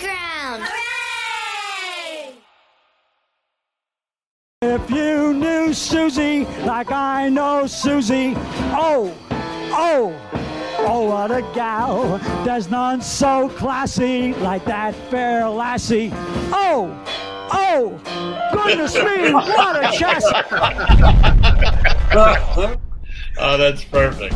Iran. If you knew Susie like I know Susie, oh, oh, oh, what a gal. There's none so classy like that fair lassie. Oh, oh, goodness me, what a chassis. Oh, that's perfect.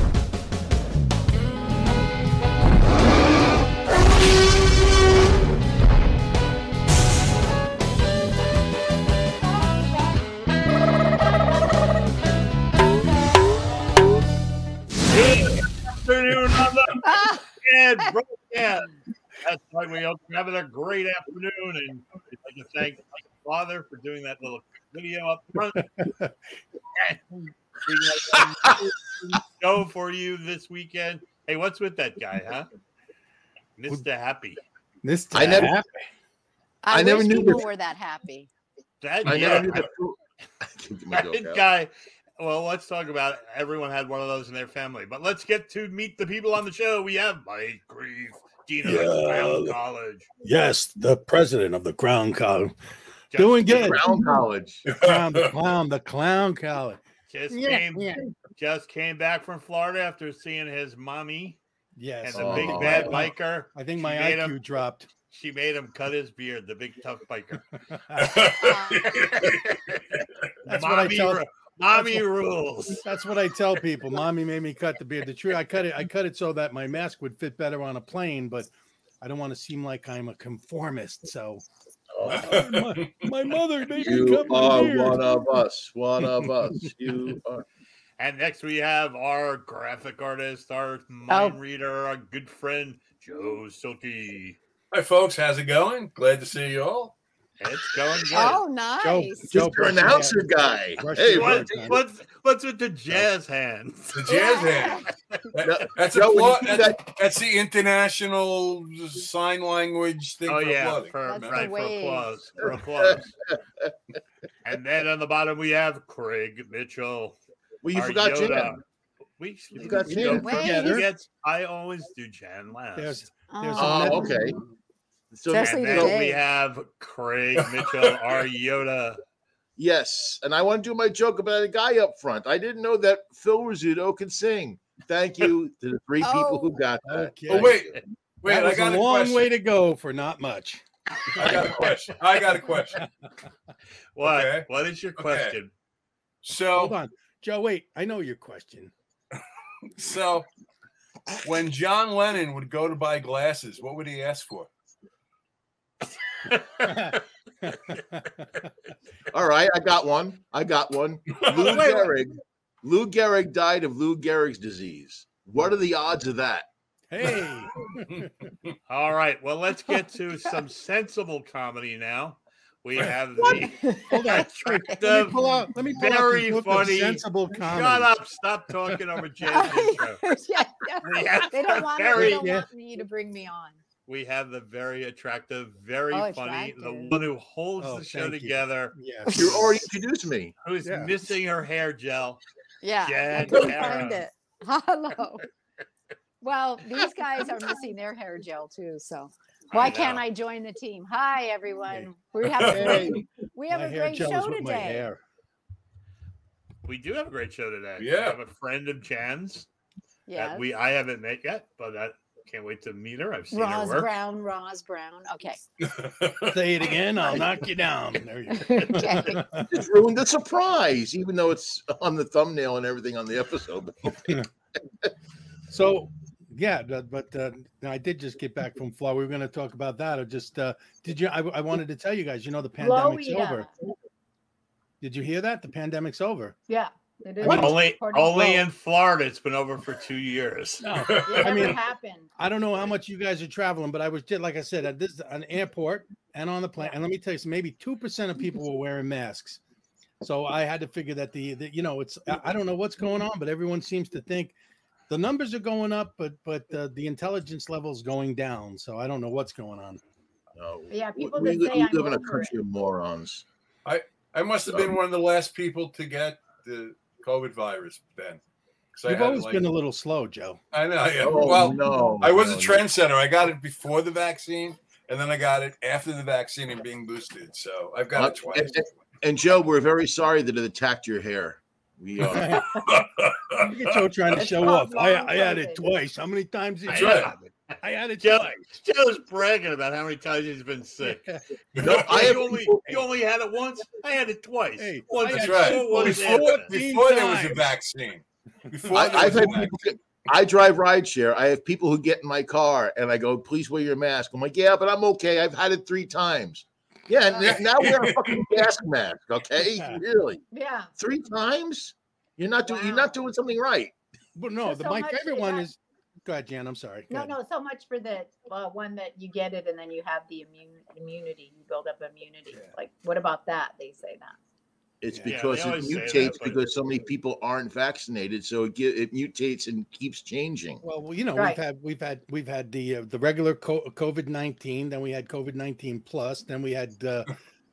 Afternoon on the and broadcast. That's right. We hope you're having a great afternoon, and I'd like to thank my father for doing that little video up front. we got a show for you this weekend. Hey, what's with that guy, huh? Mr. Happy. This I never- time. I, I never wish knew people this. were that happy. That, I yeah, never knew that. I can't get my joke that out. guy. Well, let's talk about it. everyone had one of those in their family, but let's get to meet the people on the show. We have Mike Grieve, Dean of the Brown Yeah. College, Yes, the president of the Crown College. Jeff Doing good. Brown College. Crown, the clown, the clown college. Just Yeah, came, yeah. just came back from Florida after seeing his mommy and Yes. the Oh, Oh, big my bad God. biker. I think She my made IQ him- dropped. She made him cut his beard. The big tough biker. That's what I mommy, tell- ru- mommy rules. That's what I tell people. Mommy made me cut the beard. The tree, I cut it. I cut it so that my mask would fit better on a plane, but I don't want to seem like I'm a conformist. So my, my mother made me You cut my are beard. one of us. One of us. You are. And next we have our graphic artist, Oh. our mind reader, our good friend Joe Silky. Hi, folks. How's it going? Glad to see you all. It's going good. oh, nice. Joe, Your brush your announcer hair. guy. Brush Hey, your what? hair. What- what's what's with the jazz hands? The jazz hand. Yeah. That- that's, a Joe, when you flaw- do that's, that's the international sign language thing Oh for yeah, flooding. for, That's the right, for wave. applause, for applause. and then on the bottom we have Craig Mitchell. Well, you our forgot Yoda. Jan. We, You we forgot go- Jan. Wait, Yeah, he's- forgets- I always do Jan last. There's- oh. Oh, okay. So Just- and Especially then we today. have Craig Mitchell, our Yoda. yes, and I want to do my joke about a guy up front. I didn't know that Phil Rizzuto could sing. Thank you to the three people who got that. Okay. Oh, wait. Wait, That I was got a, a long question. way to go for not much. I got a question. I got a question. What? Okay. What is your question? Oh. Hold So, on, Joe. Wait, I know your question. so when John Lennon would go to buy glasses, what would he ask for? All right, I got one. I got one. Lou Wait, Gehrig. Lou Gehrig died of Lou Gehrig's disease. What are the odds of that? hey, All right. Well, let's get to some sensible comedy now. We have the hold on. Wait, let me attractive. pull out. Let me pull out very the book of funny- sensible Shut comedy. up! Stop talking over Jan's intro. yeah, We yeah. have They the don't want very, they don't Yeah. want me to bring me on. we have the very attractive, very Oh, funny, the attractive. one who holds Oh, the show thank you. together, Yes. You already introduced me. who's Yeah. missing her hair gel. Yeah. I Jen couldn't Karen. find it. Hello. Well, these guys are missing their hair gel too, so why can't know. I join the team? Hi, everyone. We have a Hey, great, we have my a hair great gel is show with my today. hair. We do have a great show today. We Yeah. have a friend of Jan's Yeah. that we I haven't met yet, but I can't wait to meet her. I've seen her Roz work. Brown, Roz Brown. Okay. Say it again, I'll knock you down. There you go. okay. It's ruined the surprise, even though it's on the thumbnail and everything on the episode. So, yeah, the- but uh, now I did just get back from Florida. We were going to talk about that. I just uh, did you? I, I wanted to tell you guys. You know, the pandemic's Florida. over. Did you hear that? The pandemic's over. Yeah. It is. What? Only, According to only Vogue. in Florida, it's been over for two years. No, It I never mean, happened. I don't know how much you guys are traveling, but I was just like I said at this an airport and on the plane. And let me tell you, something, maybe two percent of people were wearing masks. So I had to figure that the, the you know it's I I don't know what's going on, but everyone seems to think the numbers are going up, but but uh, the intelligence level is going down. So I don't know what's going on. No. Yeah, We, people we that li- say we I'm live in a over country of morons. I must have been one of the last people to get the COVID virus, Ben. 'Cause I You've had, always like- been a little slow, Joe. I know. Yeah. Oh, well, no. I was a no, no. trendsetter. I got it before the vaccine, and then I got it after the vaccine and being boosted. So I've got it Well, twice. and- And Joe, we're very sorry that it attacked your hair. We are. Look at Joe trying to It's show off. called I, long I had it COVID. twice. How many times did That's you right. have it? I had it Joe- twice. Joe's bragging about how many times he's been sick. no, I you have only people- you only had it once. I had it twice. Hey, once I That's had right. so Well, much it's Before, fun. happened. before there was a times. vaccine. Before I, there I've was a had vaccine. people get, I drive rideshare. I have people who get in my car and I go, please wear your mask. I'm like, yeah, but I'm okay. I've had it three times. Yeah, and n- now wear a fucking gas mask, okay? Yeah. Really? Yeah. Three times? You're not doing you're not doing something right. But no, Just the, so my much favorite for one that. is. Go ahead, Jan. I'm sorry. No, Go ahead. no, so much for the uh, one that you get it and then you have the immune immunity. You build up immunity. Yeah. Like, what about that? They say that. It's Yeah, they because it always say that, mutates but- because so many people aren't vaccinated, so it ge- it mutates and keeps changing. Well, well, you know, Right. we've had we've had we've had the uh, the regular co- COVID nineteen, then we had COVID nineteen plus, then we had uh,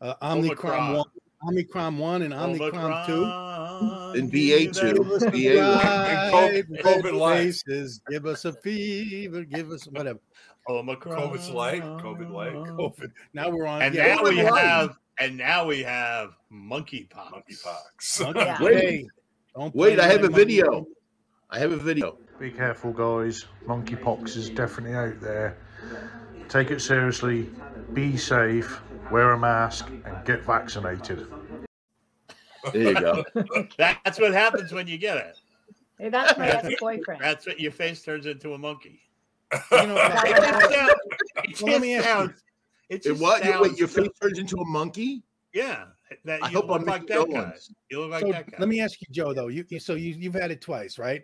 uh, Omicron Omicron. one, Omicron one, and Omicron two. Omicron, And give BA2, that little BA1. Right, COVID- red COVID light. faces, give us a fever, give us whatever Omicron. COVID's light, COVID light, COVID. Now we're on. And yeah, now we're we on have and now we have monkeypox. monkeypox. monkey Yeah. Wait. day. Don't play Wait, I with have my a monkey video. day. I have a video. Be careful, guys. Monkeypox is definitely out there. Take it seriously. Be safe. Wear a mask and get vaccinated. There you go. That's what happens when you get it. Hey, that's my That's- ex boyfriend. That's what your face turns into a monkey. You know, That's It what just sounds. happened. It Well, let me just ask you. sounds- it It just what? You- Wait, sounds- your face turns into a monkey? Yeah. That I you hope look I'm like making that no guy. ones. You Oh, look like so that guy. let me ask you, Joe. Though you, you so you you've had it twice, right?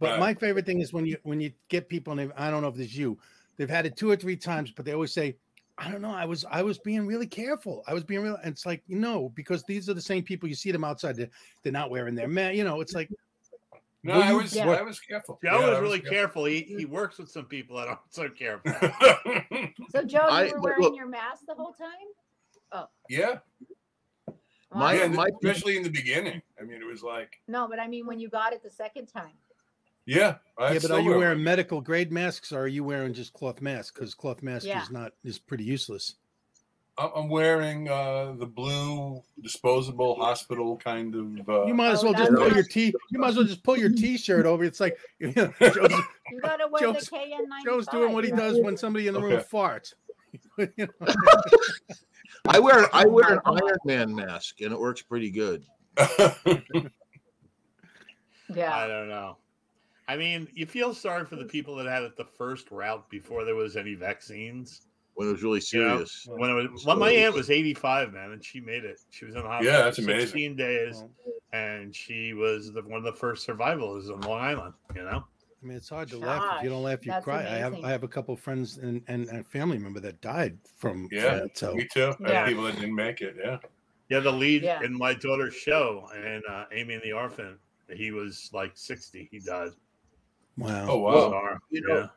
But Right. my favorite thing is when you when you get people, and they- I don't know if this is you, they've had it two or three times, but they always say, "I don't know, I was I was being really careful, I was being real." And it's like no, because these are the same people you see them outside. They're, they're not wearing their man. You know, it's like No, Were I you- was Yeah. I was careful. Joe Yeah, is I was really careful. He he works with some people that aren't so careful. careful. So, Joe, I- you were look- wearing look. your mask the whole time? yeah. My- yeah, Wow. and my- especially in the beginning. I mean, it was like, no, but I mean, when you got it the second time. yeah. I yeah, but are still you wear wearing medical grade masks or are you wearing just cloth masks? Because cloth mask Yeah. is not is pretty useless. I'm I'm wearing uh, the blue disposable hospital kind of. Uh, You might Oh, as well just that's pull not- your t. You might as well just pull your t-shirt over. It's like you know, Joe's, You got to wear Joe's- the KN95. Joe's doing what he right? does when somebody in the room Okay. farts. You know, I wear I Oh wear an my God. Iron Man mask and it works pretty good. Yeah. I don't know. I mean, you feel sorry for the people that had it the first route before there was any vaccines. when it was really Yeah. serious. When it was, well, my aunt was 85, man, and she made it. She was in the hospital Yeah, that's for amazing. 16 days, Well, and she was the, one of the first survivors in Long Island. You know, I mean, it's hard to laugh. If you don't Gosh, laugh, you that's cry. I have amazing. I have a couple friends and, and and family member that died from Yeah. that, So Me too. I Yeah. had people that didn't make it. Yeah. yeah, the lead Yeah. in my daughter's show and uh, Amy and the Orphan, he was like 60. He died. wow. Oh wow. Well, Bizarre, you know,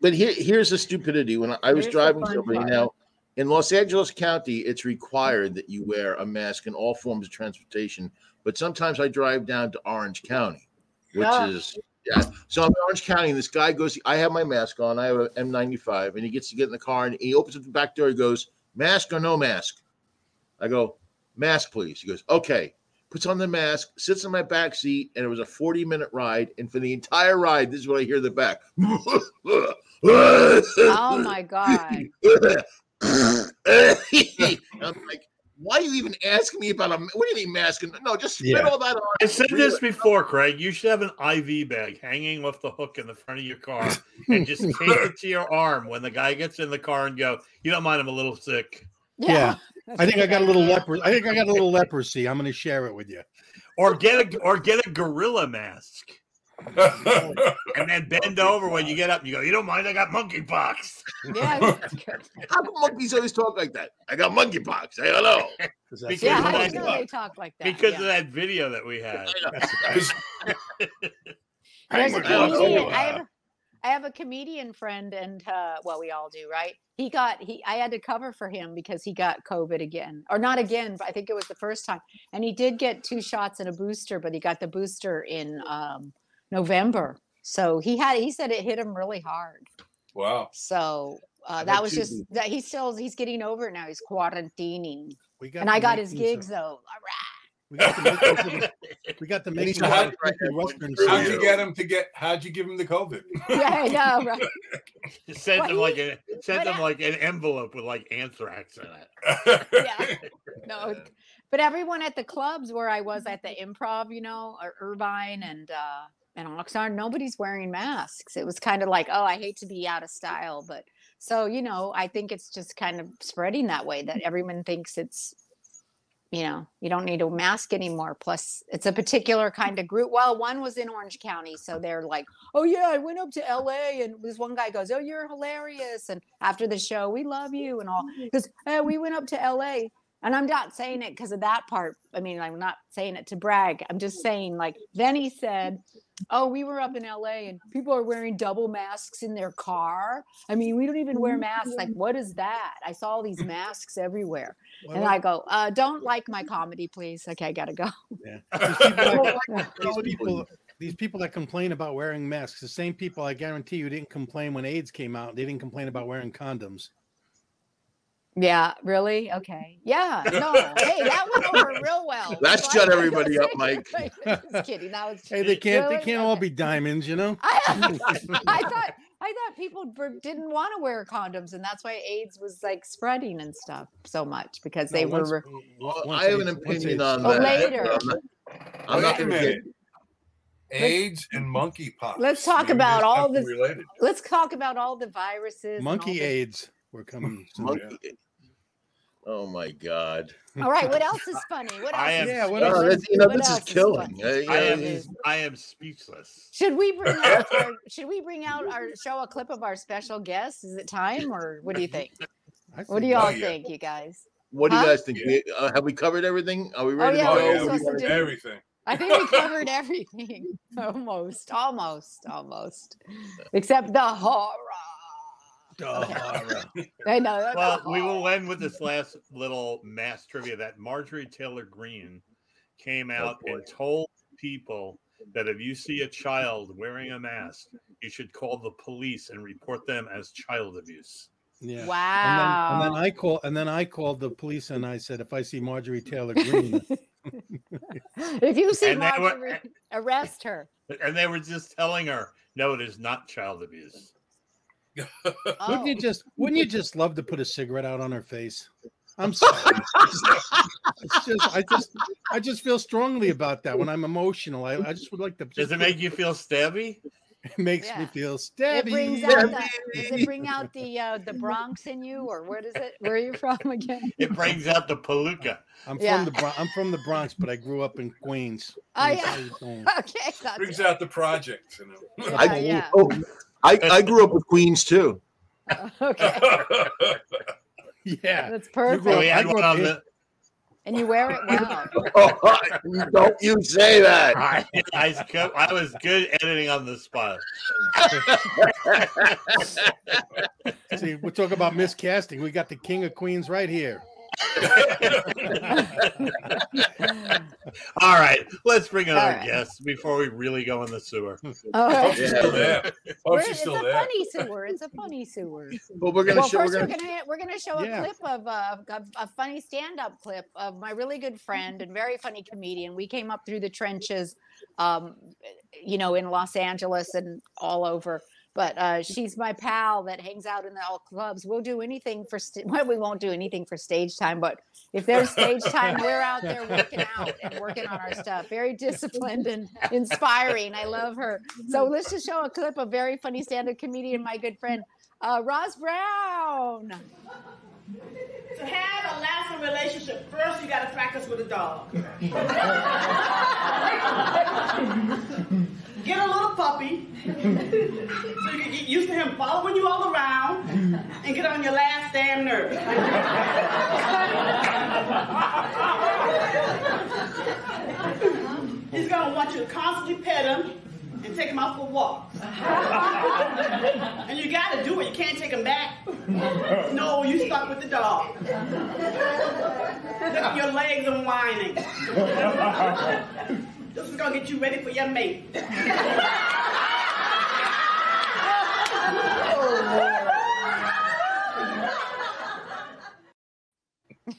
But here, here's the stupidity. When I, I was Here's the driving fun somebody part. now in Los Angeles County, it's required that you wear a mask in all forms of transportation. But sometimes I drive down to Orange County, which Ah. is yeah. So I'm in Orange County, and this guy goes. I have my mask on. I have an M95, and he gets to get in the car, and he opens up the back door. He goes, "Mask or no mask?" I go, "Mask, please." He goes, "Okay." Puts on the mask, sits in my back seat, and it was a 40 minute ride. And for the entire ride, this is what I hear in the back. Oh, my God. I'm like, why are you even asking me about a? What do you mean masking? No, just spit Yeah. all that on. I said Really? this before, Craig. You should have an IV bag hanging off the hook in the front of your car and just tape it to your arm when the guy gets in the car and go, You don't mind, I'm a little sick. Yeah. I think I got a little Yeah. leprosy. I think I got a little leprosy. I'm going to share it with you. Or get a or get a gorilla mask and then bend over when you get up and you go, You don't mind, I got monkeypox. Yes. How come monkeys always talk like that? I got monkeypox. I don't know. Because yeah. Because How do of you know that- they talk like that? Because yeah. of that video that we had. Because- There's a I don't know. comedian. I have, I have a comedian friend, and uh, well, we all do, right? He got he. I had to cover for him because he got COVID again, or not again, but I think it was the first time. And he did get two shots and a booster, but he got the booster in um, November. So he had. He said it hit him really hard. wow. So uh, got that was two just that he's still he's getting over it now. He's quarantining, We got and I the got his makings gigs of- though. All We got the makings of the- we got the making a hot Western How'd series. you get him to get? How'd you give him the COVID? right. Yeah, I know, right? Just sent What them he- like a sent what them I- like an envelope with like anthrax in it. yeah. No, it- but everyone at the clubs where I was at the improv, you know, or Irvine and uh and Oxnard, nobody's wearing masks. It was kind of like, oh, I hate to be out of style, but so you know, I think it's just kind of spreading that way that everyone thinks it's you know, you don't need a mask anymore. Plus, it's a particular kind of group. Well, one was in Orange County, so they're like, "Oh yeah, I went up to LA," and this one guy goes, "Oh, you're hilarious!" And after the show, we love you and all. Because hey, we went up to LA, and I'm not saying it because of that part. I mean, I'm not saying it to brag. I'm just saying, like, then he said, Oh, we were up in LA and people are wearing double masks in their car. I mean, we don't even Mm-hmm. wear masks. Like, what is that? I saw all these masks everywhere. Well, And I go, uh, Don't like my comedy, please. Okay, I gotta go. these people, these people that complain about wearing masks, the same people I guarantee you didn't complain when AIDS came out. They didn't complain about wearing condoms. Yeah, really? Okay. Yeah, no. Hey, that went over real well. That Why shut would I everybody go up, Mike. say- Just kidding. That was Hey, they can't they Really? can't all be diamonds, you know. I, I thought I thought people were- didn't want to wear condoms, and that's why AIDS was like spreading and stuff so much because they No, were. once- re- once- Well, once I have an AIDS- once opinion AIDS- on Oh, that. later. I'm not, I'm not Wait a gonna get minute. AIDS and monkeypox. Let's talk Maybe about there's all something this- related. Let's talk about all the viruses. and all monkey the- AIDS were coming. soon. monkey. Oh my God! All right, what else is funny? What I am else? is- Yeah, what Oh, else? this, you know, What this else is is killing. Uh, you I know, am these- I am speechless. Should we bring out our, should we bring out our show a clip of our special guest? Is it time or what do you think? I What do think- y'all Oh, yeah. think, you guys? what do you Huh? guys think? We- uh, have we covered everything? Are we ready yeah, to Oh, we're go? yeah, What do supposed you wanna- to do- everything. I think we covered everything. almost, almost, almost. Except the horror. Dahara. I know. that's Well, the we horror. will end with this last little mass trivia that Marjorie Taylor Greene Oh, came out boy. and told people that if you see a child wearing a mask, you should call the police and report them as child abuse. Yeah. And then, Wow. and then I call and then I called the police and I said, if I see Marjorie Taylor Green, if you see And they were- Marjorie, arrest her. And they were just telling her, no, it is not child abuse. Oh. wouldn't you just wouldn't you just love to put a cigarette out on her face? I'm sorry. it's just I just I just feel strongly about that when I'm emotional. I, I just would like to Does just it make you feel stabby? it makes me Yeah. feel it stabby. brings out the, does it bring out the uh, the Bronx in you, or what is it? Where are you from again? It brings out the palooka. I'm Yeah. from the Bron- I'm from the Bronx, but I grew up in Queens. Oh, Queens, yeah. how you doing? Okay, that's Brings it. out the project, you know. Yeah, I, yeah. oh, I, I grew up with Queens too. okay. Yeah. That's Well, We perfect. I had grew one up on in- the, And you wear it well. Oh, don't you say that. I, I was go- I was good editing on the spot. See, we're talking about miscasting. We got the King of Queens right here. All right, let's bring in All our right. guests before we really go in the sewer. All Hope right. she's still there. Hope We're- she's it's still a there. funny sewer. It's a funny sewer. But we're gonna well, show. first We're we're gonna. gonna we're gonna show Yeah. a clip of uh, a, a funny stand-up clip of my really good friend and very funny comedian. We came up through the trenches, um, you know, in Los Angeles and all over. But uh, she's my pal that hangs out in the all clubs. We'll do anything for st- well, we won't do anything for stage time, but if there's stage time, we're out there working out and working on our stuff. Very disciplined and inspiring. I love her. So let's just show a clip of very funny stand-up comedian, my good friend uh, Ross Brown. To have a lasting relationship, first you gotta practice with a dog. Get a little puppy so you can get used to him following you all around and get on your last damn nerve. He's gonna want you to constantly pet him and take him out for walks. and you gotta do it, you can't take him back. No, you stuck with the dog. Look, your legs are whining. this is gonna get you ready for your mate.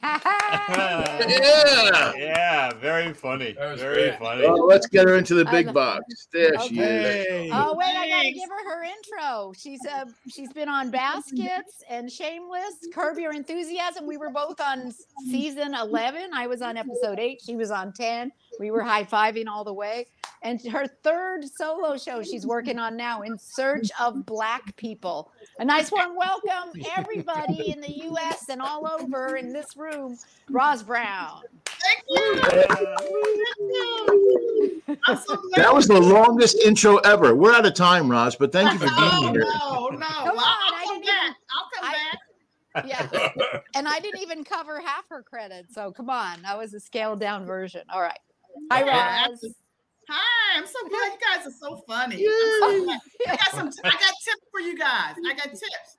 Yeah. yeah, very funny. That was Very great. funny. Well, let's get her into the I big love- box. There she is. Hey. Oh wait, I gotta Thanks. give her her intro. She's uh she's been on Baskets and Shameless, Curb Your Enthusiasm. We were both on s- season eleven. I was on episode eight. She was on ten. We were high fiving all the way. And her third solo show she's working on now, In Search of Black People. A nice warm welcome, everybody in the U.S. and all over in this room. Roz Brown. I'm so glad. That was the longest intro ever. We're out of time, Roz, but thank you for Oh, being here. no, no. I'll, on, I I'll come didn't back. I'll come I- back. Yeah. And I didn't even cover half her credits. So come on. That was a scaled down version. All right. Yeah, Hi, Roz. Hi, I'm so glad you guys are so funny. I'm so glad. I got some. I got tips for you guys. I got tips.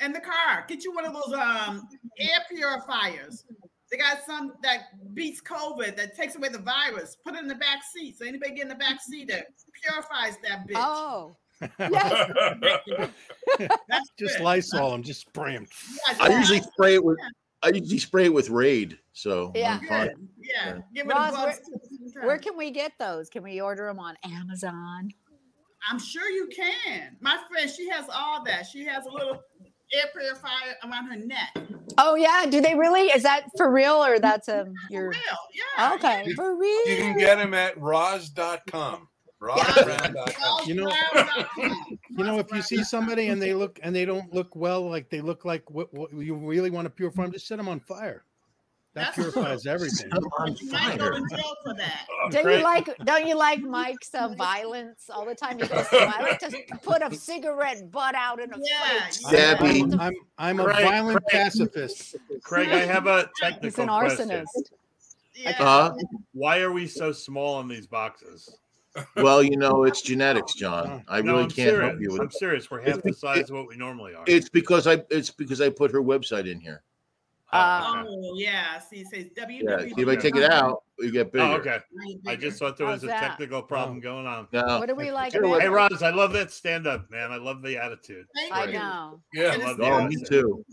In the car, get you one of those um air purifiers. They got some that beats COVID that takes away the virus. Put it in the back seat. So anybody get in the back seat that purifies that bitch. Oh. Yes. That's Just good. Lysol them, just spray them. Yes, I yeah, usually spray it with I usually spray it with Raid. So Yeah. I'm fine. good. Yeah, give it Roz, a buzz. Where can we get those? Can we order them on Amazon? I'm sure you can. My friend, she has all that. She has a little air purifier around her neck. Oh yeah. Do they really? Is that for real or that's um your Real, yeah. Okay. For real. You can get him at Roz.com. Roz.com. Charles You know- Brown.com. You know, if you see somebody and they look and they don't look well, like they look like what, what you really want to purify them, just set them on fire. That That's true. purifies everything. I'm on You might go fire. to jail for that. Don't you like don't you like Mike's uh, violence all the time? He goes, "Well, I like to put a cigarette butt out in a Yeah, fridge. yeah. Debbie. I'm, I'm, I'm a Craig, violent Craig. pacifist. Craig, I have a He's technical an question. arsonist. Yeah. Uh, Why are we so small in these boxes? well, you know, it's genetics, John. I No, really I'm can't serious. help you with I'm serious. We're half the size of what we normally are. It's because I it's because I put her website in here. Oh, okay. Oh, yeah. See, it says W. E Yeah. See, if I take it out, you get bigger. Oh, okay. I just thought there How's was a that? technical problem going on. Now, What do we like? Hey, Roz. Hey, better? Roz, I love that stand up, man. I love the attitude. I Right. know. Yeah. love oh, me Yeah. too.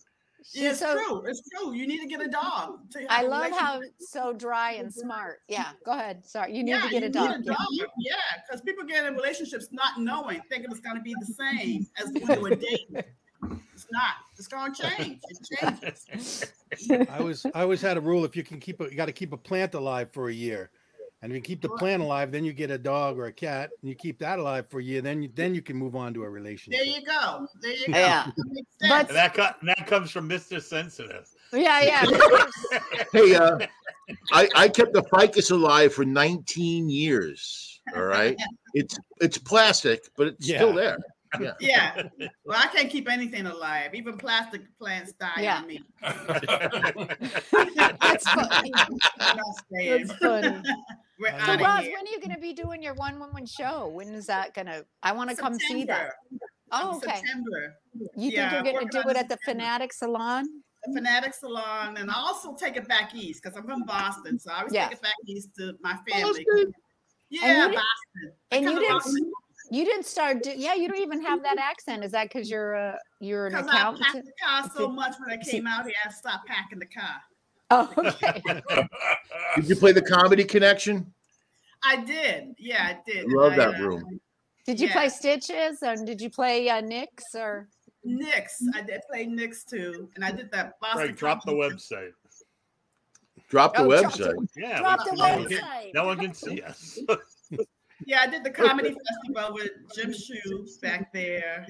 It's So- true. It's true. You need to get a dog. to have I a love relationship. how so dry and smart. Yeah, go ahead. Sorry, you need yeah, to get you a need dog. yeah. Yeah, because people get in relationships not knowing, thinking it's going to be the same as when they were dating. It's not. It's going to change. It changes. I always, I always had a rule: if you can keep, a, you got to keep a plant alive for a year, and if you keep the plant alive, then you get a dog or a cat, and you keep that alive for a year, then you, then you can move on to a There relationship. you go. There you go. Yeah. That makes But- sense. And that, co- and that comes from Mr. Sensitive. Yeah, yeah. of course. Hey, uh, I I kept the ficus alive for 19 years. All right, it's it's plastic, but it's still Yeah. there. yeah. Well, I can't keep anything alive. Even plastic plants die Yeah. on me. That's funny. I'm not saying. That's funny. We're So, So, out Roz, of here. when are you going to be doing your one woman show? When is that going to? I want to come see that. September. Oh, okay. September. You think Yeah, you're I'm going working to do on it at the September. Fanatic Salon? the Fanatic Salon, and I also take it back east because I'm from Boston, so I always Yeah. take it back east to my family. Oh, And Yeah, you Boston. I And you come to didn't. Boston You didn't start. Do, yeah, you don't even have that accent. Is that because you're a you're an because I packed accountant? the car so See- much when I see- came out here, I stopped packing the car. Oh, okay. Did you play the Comedy Connection? I did, yeah, I did. Love I, that uh, room. Did you play Yeah. Stitches and did you play uh, Nicks or? Knicks, I did play Knicks too, and I did that Boston. Craig, drop the Comedy website. Drop the Oh, drop the- website. Yeah. Drop let's the do that. No one can- No one can website. see us. Festival. Yeah, I did the comedy festival with Jim Shue back there,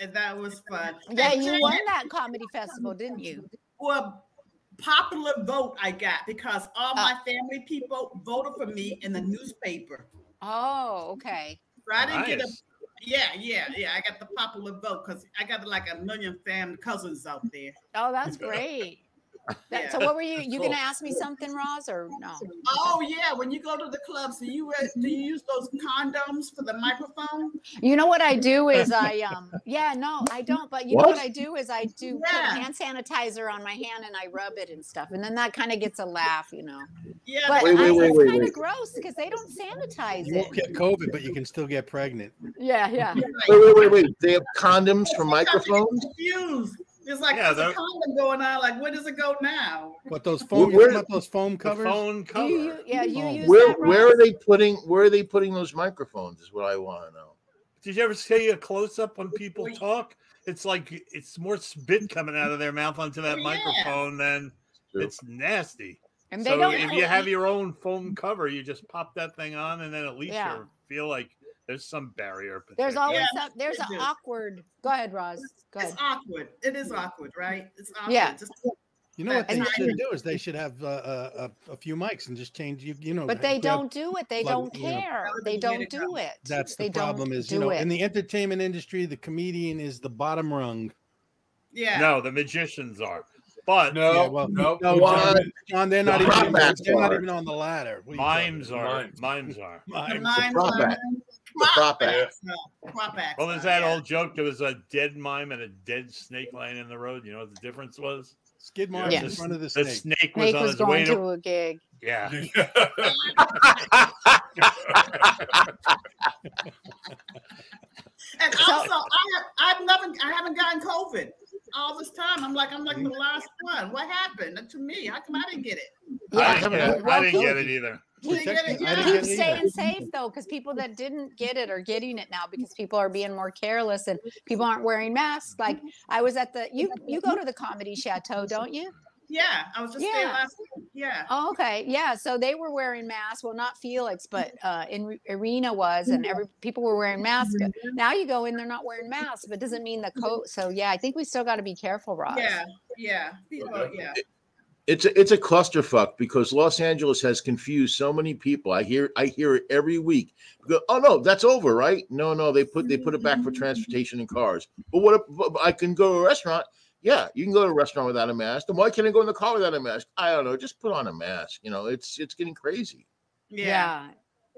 and that was fun. Yeah, And you Jim- won that comedy festival, didn't you? Well, popular vote I got because Oh. all my family people voted for me in the newspaper. Oh, okay. So I didn't get a Nice. yeah, yeah, yeah. I got the popular vote because I got like a million family cousins out there. Oh, that's great. That, So, Yeah. what were you? You Cool. gonna ask me something, Roz, or no? Oh yeah, when you go to the clubs, do you wear- do you use those condoms for the microphone? You know what I do is I um yeah no I don't but you know What? what I do is I do Yeah. put hand sanitizer on my hand and I rub it and stuff and then that kind of gets a laugh you know Yeah, but Wait, that- wait, I, wait, it's wait, kind wait. of gross because they don't sanitize You it won't get COVID, but you can still get pregnant. yeah yeah Wait, wait, wait, wait. They have condoms for microphones. confused. It's like Yeah, there's a that- condom going on. Like, where does it go now? What those foam? you Where- talking about those foam covers? phone Do cover. you, u- yeah, you Phone. use Where that, where Ross? are they putting where are they putting those microphones? Is what I want to know. Did you ever see a close up when people talk? It's like it's more spit coming out of their mouth onto that Oh, yeah. microphone than True. it's nasty. And they so don't. if you have your own foam cover, you just pop that thing on, and then at least Yeah. you feel like there's some barrier. there's protection. always Yeah, some, there's they an do. awkward. Go ahead, Roz. Go It's ahead. awkward. It is awkward, right? It's awkward. Yeah. Just, You know what they And- should do is they should have uh, uh, a, a few mics and just change you. You know, But they grab- don't do it. They plug- don't you know, care. Rather They than get don't it do it. That's the They don't problem. Is you do know, it. in the entertainment industry, the comedian is the bottom rung. yeah. no, the magicians are, but No, Yeah, well, no, No, John, What? John, they're not even. Rock backs They're not are. even on the ladder. What are you mimes are Mimes. mimes are. talking The about? Mimes. mime prop line. act. The prop act. Yeah. No, prop act. Well, Oh, there's line, that yeah. old joke. There was a dead mime and a deid snake lying in the road. You know what the difference was? Skid marks Yeah. in front of the The snake. snake was Snake on was his way going to. to a gig. Yeah, And also, I have, I've never, I haven't gotten COVID all this time. I'm like, I'm like the last one. What happened to me? How come I didn't get it? I Yeah. didn't get it. I Well, didn't keep- get it either. keep- Protect- I didn't keep get it staying safe though, because people that didn't get it are getting it now because people are being more careless and people aren't wearing masks. Like I was at the you you go to the comedy chateau, don't you? Yeah, I was just there Yeah. last week. Yeah. Oh, okay. Yeah. So they were wearing masks. Well, not Felix, but uh, in Arena was, and every people were wearing masks. Now you go in, they're not wearing masks, but doesn't mean the coat. So yeah, I think we still got to be careful, Ross. Yeah, yeah, people, yeah. It's a, it's a clusterfuck because Los Angeles has confused so many people. I hear I hear it every week. Go, oh no, that's over, right? No, no, they put they put it back for transportation and cars. But what? If, but I can go to a restaurant. Yeah, you can go to a restaurant without a mask. Then why can't I go in the car without a mask? I don't know. Just put on a mask. You know, it's it's getting crazy. Yeah. Yeah.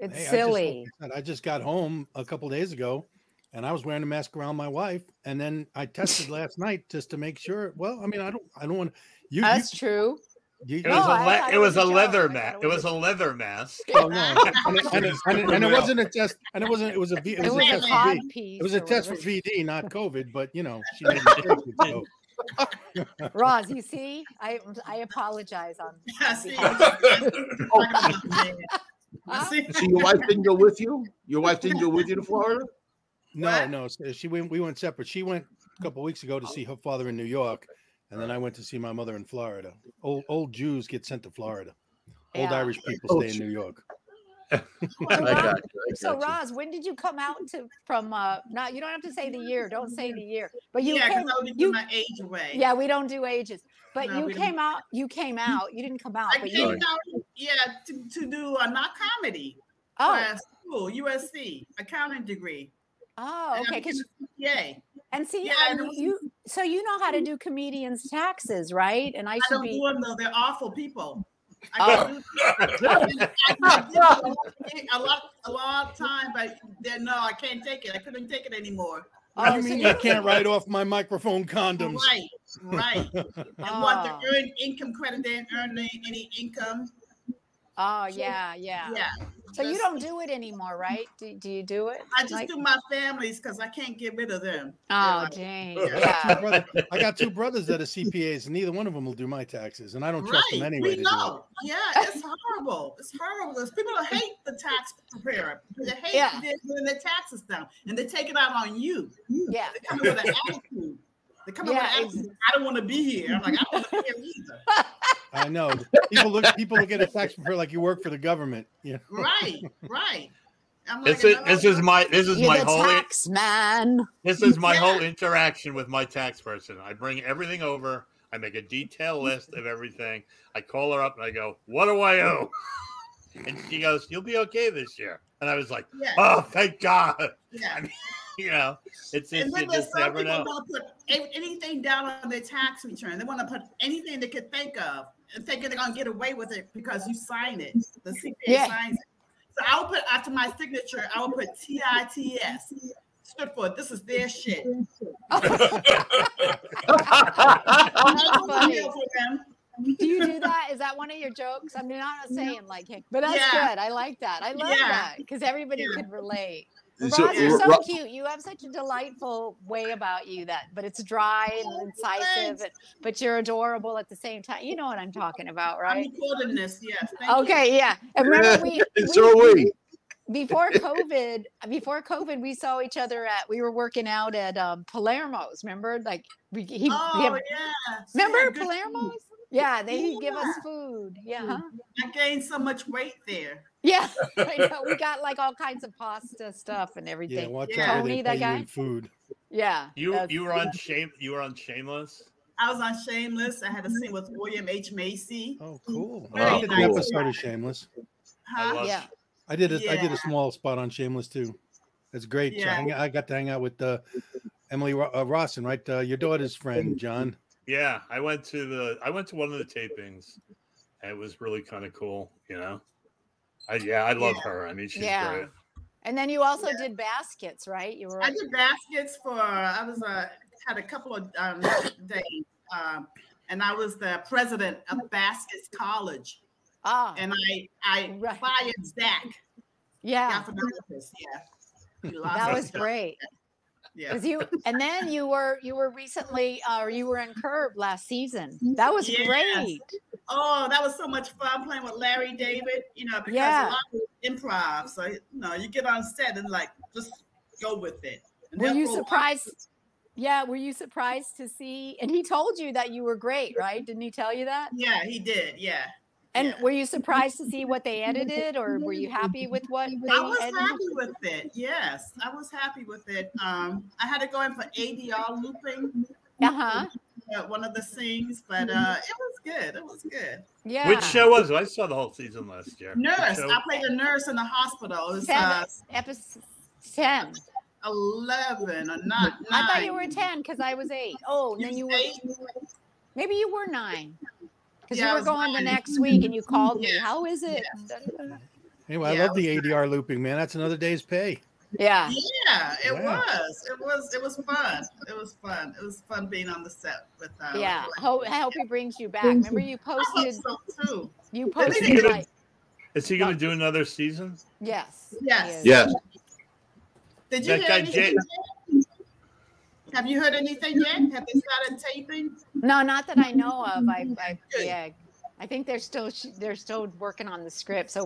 It's Hey, I just- silly. like I said, I just got home a couple days ago and I was wearing a mask around my wife. And then I tested last night just to make sure. Well, I mean, I don't, I don't want you. you- That's true. you- It No, was a I le- thought it it was was a a joke. leather I mask. thought It it was was a leather mask. oh, no. And it, and it- and it- and it wasn't a test. And it wasn't, it was a V. It was, It a was a test cod for V. piece. It was a or test for whatever. VD, not COVID, but you know, she made mistakes. So Roz, you see, I I apologize on. I on see. behalf- I see. So your wife didn't go with you. Your wife didn't go with you to Florida. no, What? no, so she went, we went separate. She went a couple weeks ago to see her father in New York. And then I went to see my mother in Florida. Old, old Jews get sent to Florida. Old Yeah. Irish people Oh, stay in New York. I got you, I So got you. Roz, when did you come out to from? Uh, not you don't have to say the year. Don't say the year. But you Yeah, came. because I would you- give my age away. Yeah, we don't do ages. But No, you we don't. came out. You came out. You didn't come out. I but you. came out, yeah, to, to do a not comedy Oh, class, school, USC, accounting degree. oh, okay. 'cause- Yay. and see, Yeah, how and you- also- you. So you know how to do comedians' taxes, right? And I I should don't do be. Oh. them though. They're awful people. I can't do a lot, a lot of time, but then no, I can't take it. I couldn't take it anymore. Oh, you so mean you- I can't write off my microphone condoms? Right, right. I want Oh. to earn income credit. They ain't earning any income. Oh yeah, yeah. Yeah. So you Just- don't do it anymore, right? Do, do you do it? I just like- do my families because I can't get rid of them. Oh, They're like, Jane. Yeah. Yeah. Brother, I got two brothers that are CPAs, and neither one of them will do my taxes, and I don't trust them right, anyway. we To do it. know. Yeah, it's horrible. It's horrible. It's- People hate the tax preparer. They hate Yeah. them when their taxes down, and they take it out on you. Yeah. They come up with an attitude. They come up Yeah, with an ex- attitude. I don't want to be here. I'm like, I don't want to be here either. I know. People look people look at a tax preparer like you work for the government. Yeah. Right, right. I'm This like, is this is my this is You're my the whole tax man. this is my whole interaction with my tax person. I bring everything over. I make a detailed list of everything. I call her up and I go, "What do I owe?" And she goes, "You'll be okay this year." And I was like, yeah, uh, "Oh, thank God!" yeah. You know, it's, it's And you then there's just some never people know. want to put a- anything down on their tax return. They want to put anything they could think of and thinking they're gonna get away with it because you sign it. The CPA Yeah. signs it. So I will put after my signature, I will put T I T S. Stood for this is their shit. That's I don't funny. feel for them. Do you do that? Is that one of your jokes? I mean, I'm not saying like, hey, but that's Yeah. good. I like that. I love Yeah. that because everybody Yeah. can relate. So, Roz, you're so Ro- cute. You have such a delightful way about you that, but it's dry Oh, and incisive, and, but you're adorable at the same time. You know what I'm talking about, I'm right? recording this. Yes. thank you. Okay, yeah. And remember, we, so are we. before COVID, before COVID, we saw each other at we were working out at um, Palermo's. Remember, like we he, he Oh had- yeah. She had remember good- Palermo's? Yeah, they he'd give us food. Yeah, huh? I gained so much weight there. yeah. I know. We got like all kinds of pasta stuff and Yeah, everything. watch Yeah. out. where Tony, they that pay you guy? in Food. Yeah, You that's- you were on shame you were on Shameless. I was on Shameless. I had a scene with William H Macy. Oh, cool. Wow, I did an cool. episode of Shameless. Huh? love- yeah. I did a I did Yeah. a small spot on Shameless too. That's great. So Yeah. hang- I got to hang out with uh, Emily Ro- uh, Rawson, right? Uh, your daughter's friend, John. Yeah, I went to the I went to one of the tapings. and It was really kind of cool, you know. I, yeah, I love Yeah. her. I mean, she's Yeah. great. And then you also did baskets, right? You were I did baskets for I was uh, had a couple of um, days, um, and I was the president of Baskets College, ah, and I I Right. fired Zach yeah, Galifianakis. Yeah, He lost that it. was great. yeah. 'Cause you and then you were you were recently uh, or you were in Curb last season. That was Mm-hmm. Yes. great. Oh, that was so much fun playing with Larry David. You know, because Yeah. a lot of improv, so you know, you get on set and like just go with it. And Were they'll you throw- surprised? Yeah, were you surprised to see? And he told you that you were great, right? Didn't he tell you that? Yeah, he did. Yeah. And Yeah. were you surprised to see what they edited, or were you happy with what they I was edited? happy with it. Yes, I was happy with it. Um, I had to go in for ADR looping Uh huh. at one of the scenes, but Mm-hmm. uh, it was good. It was good. Yeah. Which show was it? I saw the whole season last year. Which Nurse, show- I played a nurse in the hospital. It was uh, Episode ten. eleven or not. I thought you were ten because I was eight. Oh, and You then you was were. eight? Maybe you were nine. Because Yeah, I you were was going the nine. next week and you called me. Yeah. How is it? Anyway, Yeah, I love the ADR looping, man. That's another day's pay. Yeah. Yeah, it Yeah. was. It was. It was fun. It was fun. It was fun being on the set with. Uh, with Yeah. Larry. Hope, I hope he brings you back. Remember you I hope posted so too. you Let me posted see. like Is he going to do another season? yes. he Yes. is. Yes. Did you That hear guy anything? Jay- yet? Have you heard anything yet? Have they started taping? No, not that I know of. I, I Mm-hmm. Good. yeah. I think they're still sh- they're still working on the script. So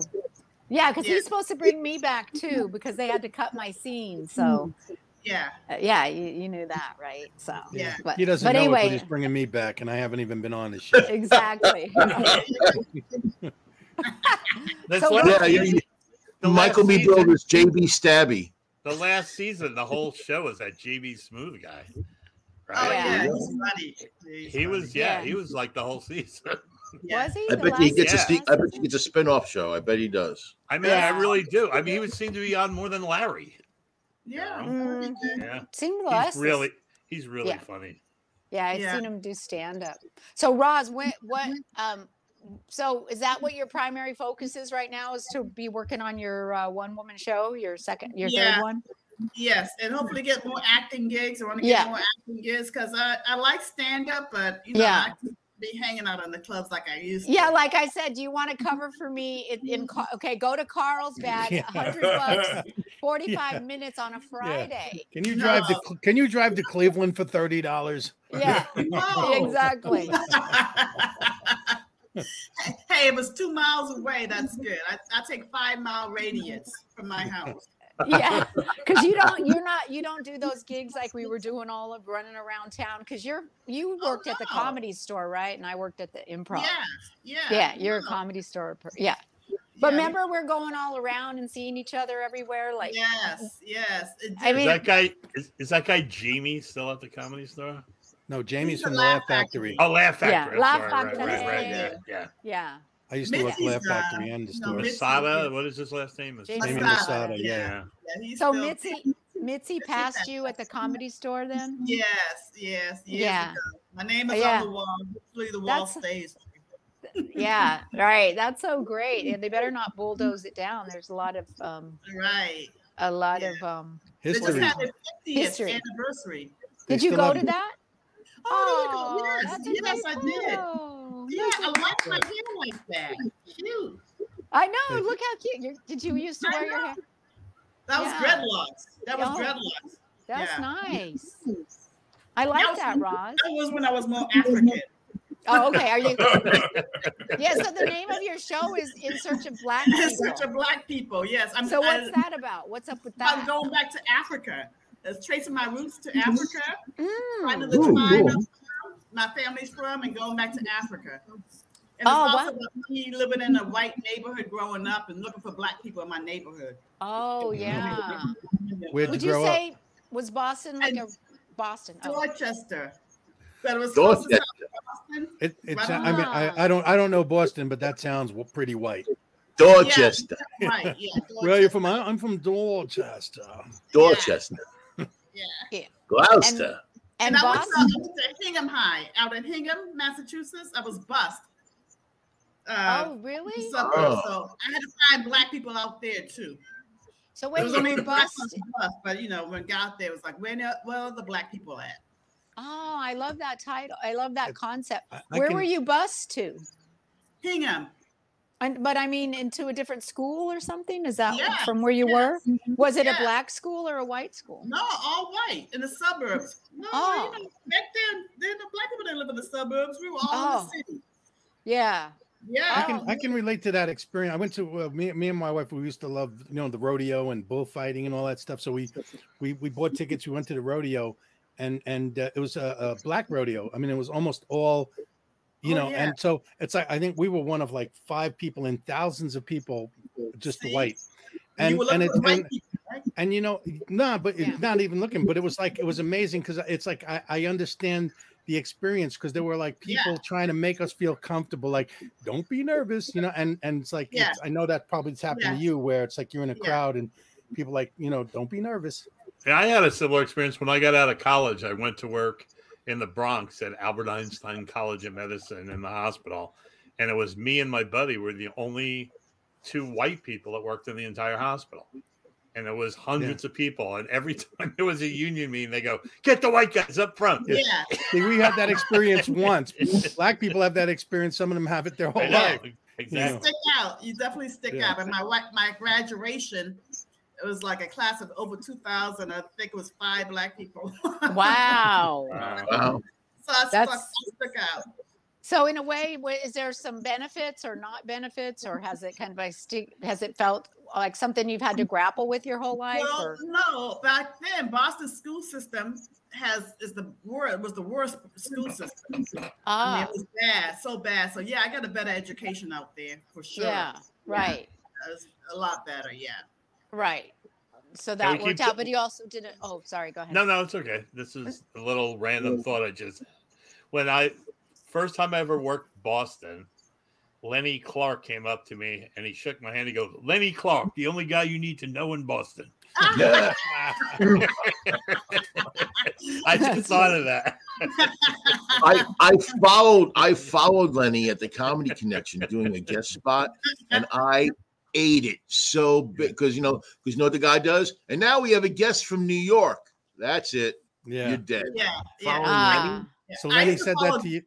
yeah, because Yeah. he's supposed to bring me back too because they had to cut my scene. So Yeah. uh, yeah, you, you knew that, right? So Mm-hmm. Yeah. but He doesn't but know it, anyway, but he's bringing me back, and I haven't even been on his show. exactly. This So- last Yeah, yeah, season- the Michael last B. season- Builders, JB Stabby. The last season, the whole show was that JB Smooth guy, Oh right? yeah, he's funny. He's He was, funny. yeah, Yeah. he was like the whole season. Yeah. Was he? I the bet he last- gets a Yeah. sneak, I bet last he season? gets a spin-off show. I bet he does. I mean, Yeah. I really do. I mean, he would seem to be on more than Larry. Yeah. Mm, Yeah, seemed he's less. really, he's really Yeah. funny. Yeah, I've Yeah. Mm-hmm. seen him do stand up. So Roz, what what um so is that what your primary focus is right now is to be working on your uh, one woman show, your second your Yeah. third one? Yes, and hopefully get more acting gigs. I want to get Yeah. more acting gigs because I, I like stand up, but you know Yeah. I can be hanging out in the clubs like I used to. Yeah, like I said, do you want to cover for me in, in Ca- okay, go to Carlsbad, Yeah. 100 bucks, 45 Yeah. minutes on a Friday. Can you drive to Cle- Can you drive to Cleveland for thirty dollars? Yeah, No. exactly. hey, it was two miles away. That's good. I, I take five mile radius from my house. yeah because you don't you're not you don't do those gigs like we were doing all of running around town because you're you Oh, worked at the no. comedy store right and i worked at the improv Yeah, yeah, yeah, you're a no, comedy store per- yeah but yeah. remember we're going all around and seeing each other everywhere like yes, yes. it I did. Is mean- that guy? Is, is that guy Jamie still at the comedy store? No, Jamie's the from the Laugh Laugh Factory. Oh, Laugh Yeah, Factory. I'm Laugh sorry, Factory. Right, right, right, Yeah. yeah, yeah. yeah I used to work at Mitzi's, Laugh Factory and the uh, no, store. Mitzi- Masada. What is his last name? Jamie Jamie Masada, Masada, yeah. yeah. yeah, he's so still- mitzi mitzi passed you at the comedy store then Yes, yes, yes. Yeah. My name is Yeah. on the wall. Hopefully, the wall That's- stays. yeah right that's so great and they better not bulldoze it down there's a lot of um Right. a lot Yeah. of um They just History. had their 50th History. anniversary. They did you still go have- to that Oh, there you go. that's a Yes, yes, I great did. photo. Yeah, I like my hair like that. Cute. I know. Thank you. Look how cute. You're, did you used to I wear your hair? That was Yeah. dreadlocks. That was Oh. dreadlocks. That's Yeah. nice. I like was- that, Roz. That was when I was more African. Oh, okay. Are you? Yeah. So the name of your show is In Search of Black In search People. of black people. Yes. I'm, So I- what's that about? What's up with I'm that? Mm-hmm. going back to Africa. It's tracing my roots to Africa, kind of Mm. the Ooh, tribe cool. I'm from, my family's from, and going back to Africa. And it's Oh, also wow. about me living in a white neighborhood growing up and looking for black people in my neighborhood. Oh, yeah. Where'd Would you you grow up? say was Boston like a Boston? Oh. Dorchester. But it was close to Dorchester. Boston. It, it, Right sou- I mean, I, I don't, I don't know Boston, but that sounds w- pretty white. Dorchester. Right, yeah. Where are you from? I- I'm from Dorchester. Dorchester. Yeah. Yeah. Gloucester. And And I went, to, I Boston. went to Hingham High out in Hingham, Massachusetts. I was bust. Uh, Oh, really? suburbs, Oh. So I had to find black people out there too. So There wait, was you only were black ones Boston. in bus, but you know, when I got out there, it was like, where, the- where are the black people at? Oh, I love that title. I love that concept. I- I Where can- were you bused to? Hingham. And but I mean, into a different school or something? Is that Yeah, from where you yes. were? Was it Yeah. a black school or a white school? No, all white in the suburbs. No, Oh. you know, back then, then the black people didn't live in the suburbs. We were all Oh. in the city. Yeah. I Yeah. can, I can relate to that experience. I went to uh, me, me and my wife. We used to love, you know, the rodeo and bullfighting and all that stuff. So we, we, we bought tickets. We went to the rodeo, and and uh, it was a, a black rodeo. I mean, it was almost all, you Oh, know. yeah. And so it's like I think we were one of like five people in thousands of people, just See? white. you And were and looking it, for white and, people, right? and you know nah but it- Yeah. not even looking but it was like it was amazing because it's like I, I understand the experience because there were like Yeah. people trying to make us feel comfortable like don't be nervous you know and and it's like Yeah. it's, i know that probably has happened Yeah. to you where it's like you're in a Yeah. crowd and people like you know don't be nervous And I had a similar experience when I got out of college. I went to work in the Bronx at Albert Einstein College of Medicine in the hospital. And it was me and my buddy were the only two white people that worked in the entire hospital. And it was hundreds of people. And every time there was a union meeting, they go, get the white guys up front. Yeah. See, we had that experience once black people have that experience some of them have it their I whole know. life Exactly. stick out. You definitely stick Yeah. out. And my wa- my graduation, it was like a class of over two thousand. I think it was five black people. Wow. Wow. Wow. so I stuck, I That's- stuck out. So in a way, wa- is there some benefits or not benefits, or has it kind of like sti- has it felt like something you've had to grapple with your whole life? Well, or? no, back then Boston school system has is the worst was the worst school system. I mean, Ah, it was bad, so bad. So yeah, I got a better education out there for sure. yeah, right, It was a lot better. Yeah. right. So that we worked keep- out, but you also didn't. Oh, sorry, go ahead. No, no, it's okay. This is a little random thought I just when I first time I ever worked Boston, Lenny Clark came up to me and he shook my hand. He goes, Lenny Clark, the only guy you need to know in Boston. Yeah. I just thought of that. I, I followed I followed Lenny at the Comedy Connection doing a guest spot, and I ate it so big because you know because you know what the guy does. And now we have a guest from New York. That's it. yeah You're dead. Yeah. Yeah. Follow- Ah, yeah. so I lenny used to said follow- that to you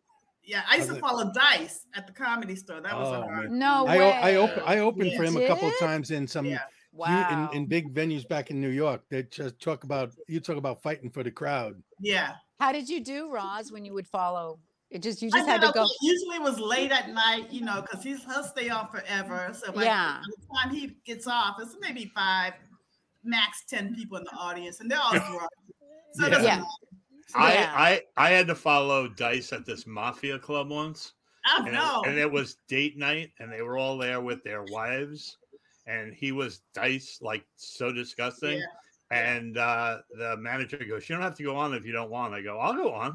Yeah, I used to Okay. follow Dice at the comedy store. That was Oh, a hard. man. no I, way. o- I open i opened for You him a couple of did? times in some Yeah. you- wow. in, in big venues back in New York. They just talk about you talk about fighting for the crowd. Yeah. How did you do, Roz, when you would follow? It just you I just had did to okay. go. Usually it was late at night, you know, because he's he'll stay on forever. So by Yeah. the time he gets off, it's maybe five, max ten people in the audience, and they're all drunk. So it doesn't Yeah. matter. I, Yeah. I I had to follow Dice at this mafia club once. I And, know. it, and it was date night, and they were all there with their wives, and he was dice like so disgusting. Yeah. And uh, the manager goes, "You don't have to go on if you don't want." I go, "I'll go on."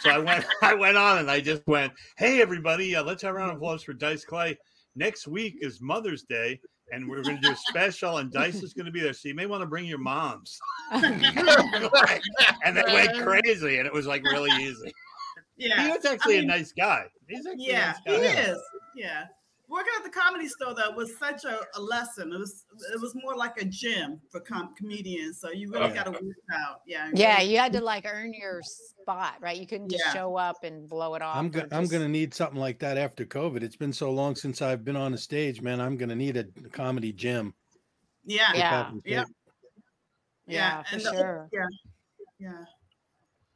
so I went, I went on, and I just went, "Hey, everybody, uh, let's have a round of applause for Dice Clay. Next week is Mother's Day, and we're going to do a special, and Dice is going to be there, so you may want to bring your moms." and they went crazy, and it was like really easy. He yeah. was actually mean- a nice guy. He's actually a Yeah, nice he guy. is. Yeah. Working at the comedy store though was such a, a lesson. It was it was more like a gym for com- comedians. So you really Okay. gotta work out. Yeah. you Yeah, really- you had to like earn your spot, right? You couldn't just Yeah. show up and blow it off. I'm or go- I'm just- gonna need something like that after COVID. It's been so long since I've been on a stage, man. I'm gonna need a comedy gym. Yeah. if Yeah. I can Yeah. take- Yeah, for and the- sure. Yeah, yeah.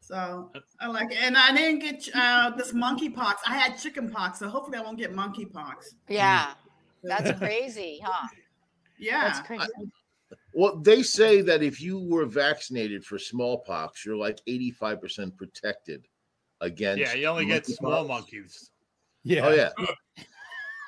So I like it, and I didn't get uh, this monkeypox. I had chickenpox, so hopefully I won't get monkeypox. Yeah. That's crazy, huh? Yeah, That's crazy. Well, they say that if you were vaccinated for smallpox, you're like 85% protected against. Yeah, you only get monkeypox. small monkeys. Oh, yeah. You Oh,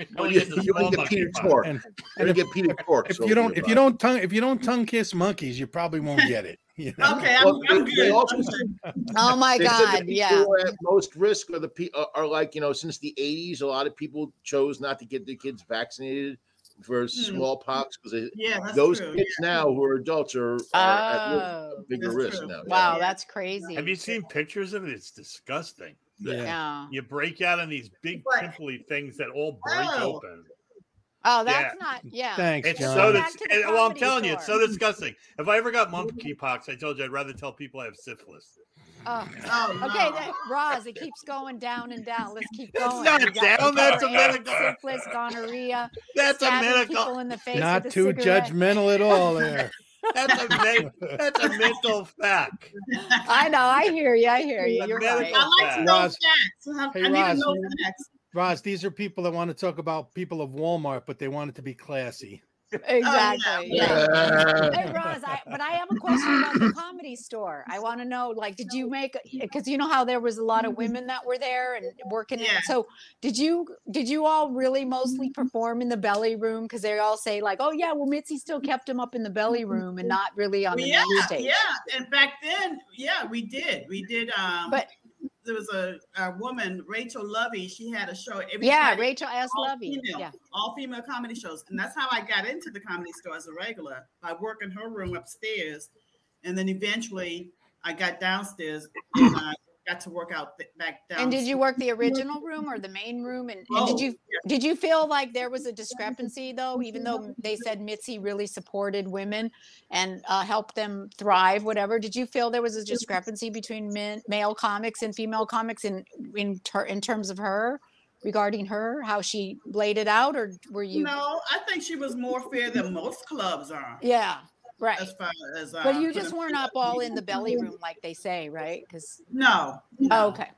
You only get, get the you only small get Peter monkeypox. Tork. And, You only get Peter Tork. if you don't if you don't tongue if you don't tongue kiss monkeys, you probably won't get it. You know? Okay, I'm, Well, I'm they- they good. also I'm said good. Oh my They said the God. people Yeah. who are at most risk are the pe- are- are like you know since the 80s, a lot of people chose not to get their kids vaccinated for smallpox because Yeah, Hmm. that's those true. kids now who are adults are, are at Oh, risk, bigger That's risk true. now. yeah. wow. That's crazy. Have you seen pictures of it? It's disgusting. Yeah. You break out on these big What? pimply things that all break Oh. open. Oh, that's not. Yeah. Thanks, It's John. so Back dis- to the it- well, I'm comedy telling you, it's so store. disgusting. If I ever got monkeypox, I told you I'd rather tell people I have syphilis. Oh. Oh, no. Okay, that, Roz, it keeps going down and down. Let's keep That's going. not We got down, that's a gonorrhea, medical- Syphilis, gonorrhea, That's a stabbing people medical. in the face not with a too cigarette. judgmental at all there. That's a men- that's a mental fact. I know. I hear you. I hear you. A You're medical right. I like to know Roz- facts. I, Hey, I need Roz, to know you- facts. Roz, these are people that want to talk about people of Walmart, but they want it to be classy. Exactly. yeah. Yeah. Uh, Hey Roz, I, but I have a question about the comedy store. I want to know, like, did you make? Because you know how there was a lot of women that were there and working. Yeah. It. So did you did you all really mostly perform in the belly room? Because they all say like, oh yeah, well Mitzi still kept him up in the belly room and not really on the yeah, main stage. yeah. And back then, yeah, we did. We did. Um, But- there was a, a woman, Rachel Lovey. She had a show every Yeah, Friday, Rachel S. all Lovey. female. Yeah. all female comedy shows, and that's how I got into the comedy store as a regular by working her room upstairs, and then eventually I got downstairs and I got to work out th- back down. And did you work the original room or the main room? And, and Oh, did you did you feel like there was a discrepancy though, even though they said Mitzi really supported women and uh, helped them thrive, whatever? Did you feel there was a discrepancy between men, male comics and female comics in in ter- in terms of her regarding her, how she laid it out, or were you? No, I think she was more fair than most clubs are. Yeah, right. As far as uh, But you putting- just weren't up all in the belly room like they say, right? Because no, no, oh, okay.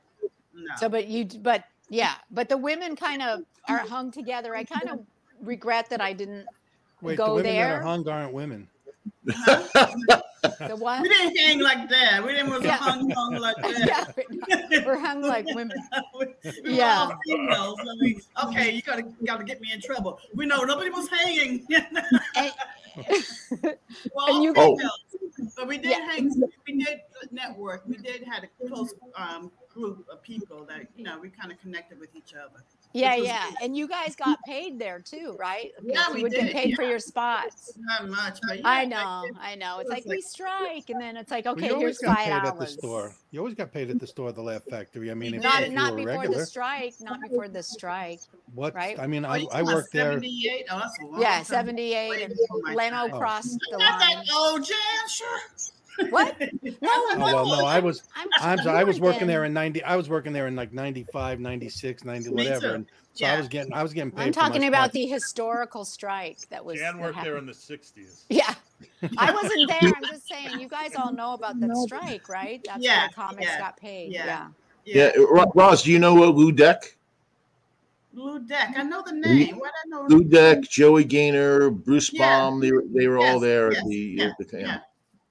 no. So, but you, d- but yeah, but the women kind of are hung together. I kind of regret that I didn't Wait, the go women that there. are hung aren't women. the one, We didn't hang like that. We didn't was Yeah. hung hung like yeah, that. we're hung like women. We- we were Yeah. all females. I mean, okay, you gotta gotta get me in trouble. We know nobody was hanging. And- well, you- Oh. females, but we did Yeah. hang. We did network. We did had a close um, group of people that you know we kind of connected with each other. Yeah, Which was yeah, good. and you guys got paid there too, right? Yeah, you we would did, get paid for your spots. Not much, but yeah, I back know, then- I know. It's was like like- we strike, and then it's like, Well, okay, you always here's got five paid hours. at the store. You always got paid at the store, the Laugh Factory. I mean, if, Not, if you not were a before regular, the strike. Not before the strike. what? right? I mean, Oh, I, you I talking about worked there. 78? Oh, that's a long Yeah, time. seventy-eight, and Oh my Leno God. Oh. crossed the Not that line. old jam, sure. What? Oh No, well, no, I was I'm, I'm you sorry, I was weren't working then. there in 90 I was working there in like 95, 96, 90 Me whatever too. and so I Yeah. was getting I was getting paid I'm for my talking about spots. the historical strike that was. Jan that worked there happened. in the '60s. Yeah, I wasn't there. I'm just saying, you guys all know about that strike, right? That's Yeah, why comics yeah, got paid. yeah. Yeah. yeah, Ro- Ross, do you know what Lou Deck? Lou Deck. I know the name. Why did I know Lou Deck, Joey Gaynor, Bruce Yeah. Baum, they, were- they were all Yes, there yes, at the, yeah, at the yeah. yeah.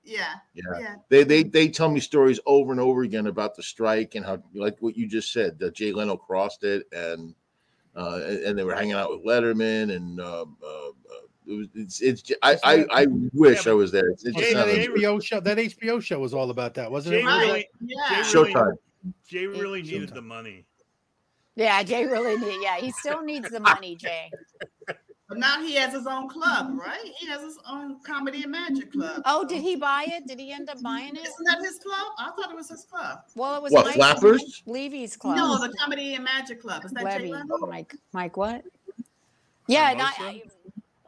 Yeah. Yeah. Yeah. They, they they tell me stories over and over again about the strike and how like what you just said that Jay Leno crossed it and uh, and and they were hanging out with Letterman and um, uh, uh, it was it's, it's j- I, I I wish I was there. It's, it's Wasn't just Yeah, not they- a- that HBO show that HBO show was all about that, wasn't it? Jamie Right. really, Yeah. Jamie really- Showtime. Jay really Showtime. needed the money. Yeah, Jay really need. Yeah, he still needs the money, Jay. But now he has his own club, right? He has his own comedy and magic club. Oh, did he buy it? Did he end up buying it? Isn't that his club? I thought it was his club. Well, it was What, Mike Flappers? Levy's club. No, the comedy and magic club. Is that Jay Levy, Leno? Mike, Mike, what? Yeah, and I, I, Hermosa?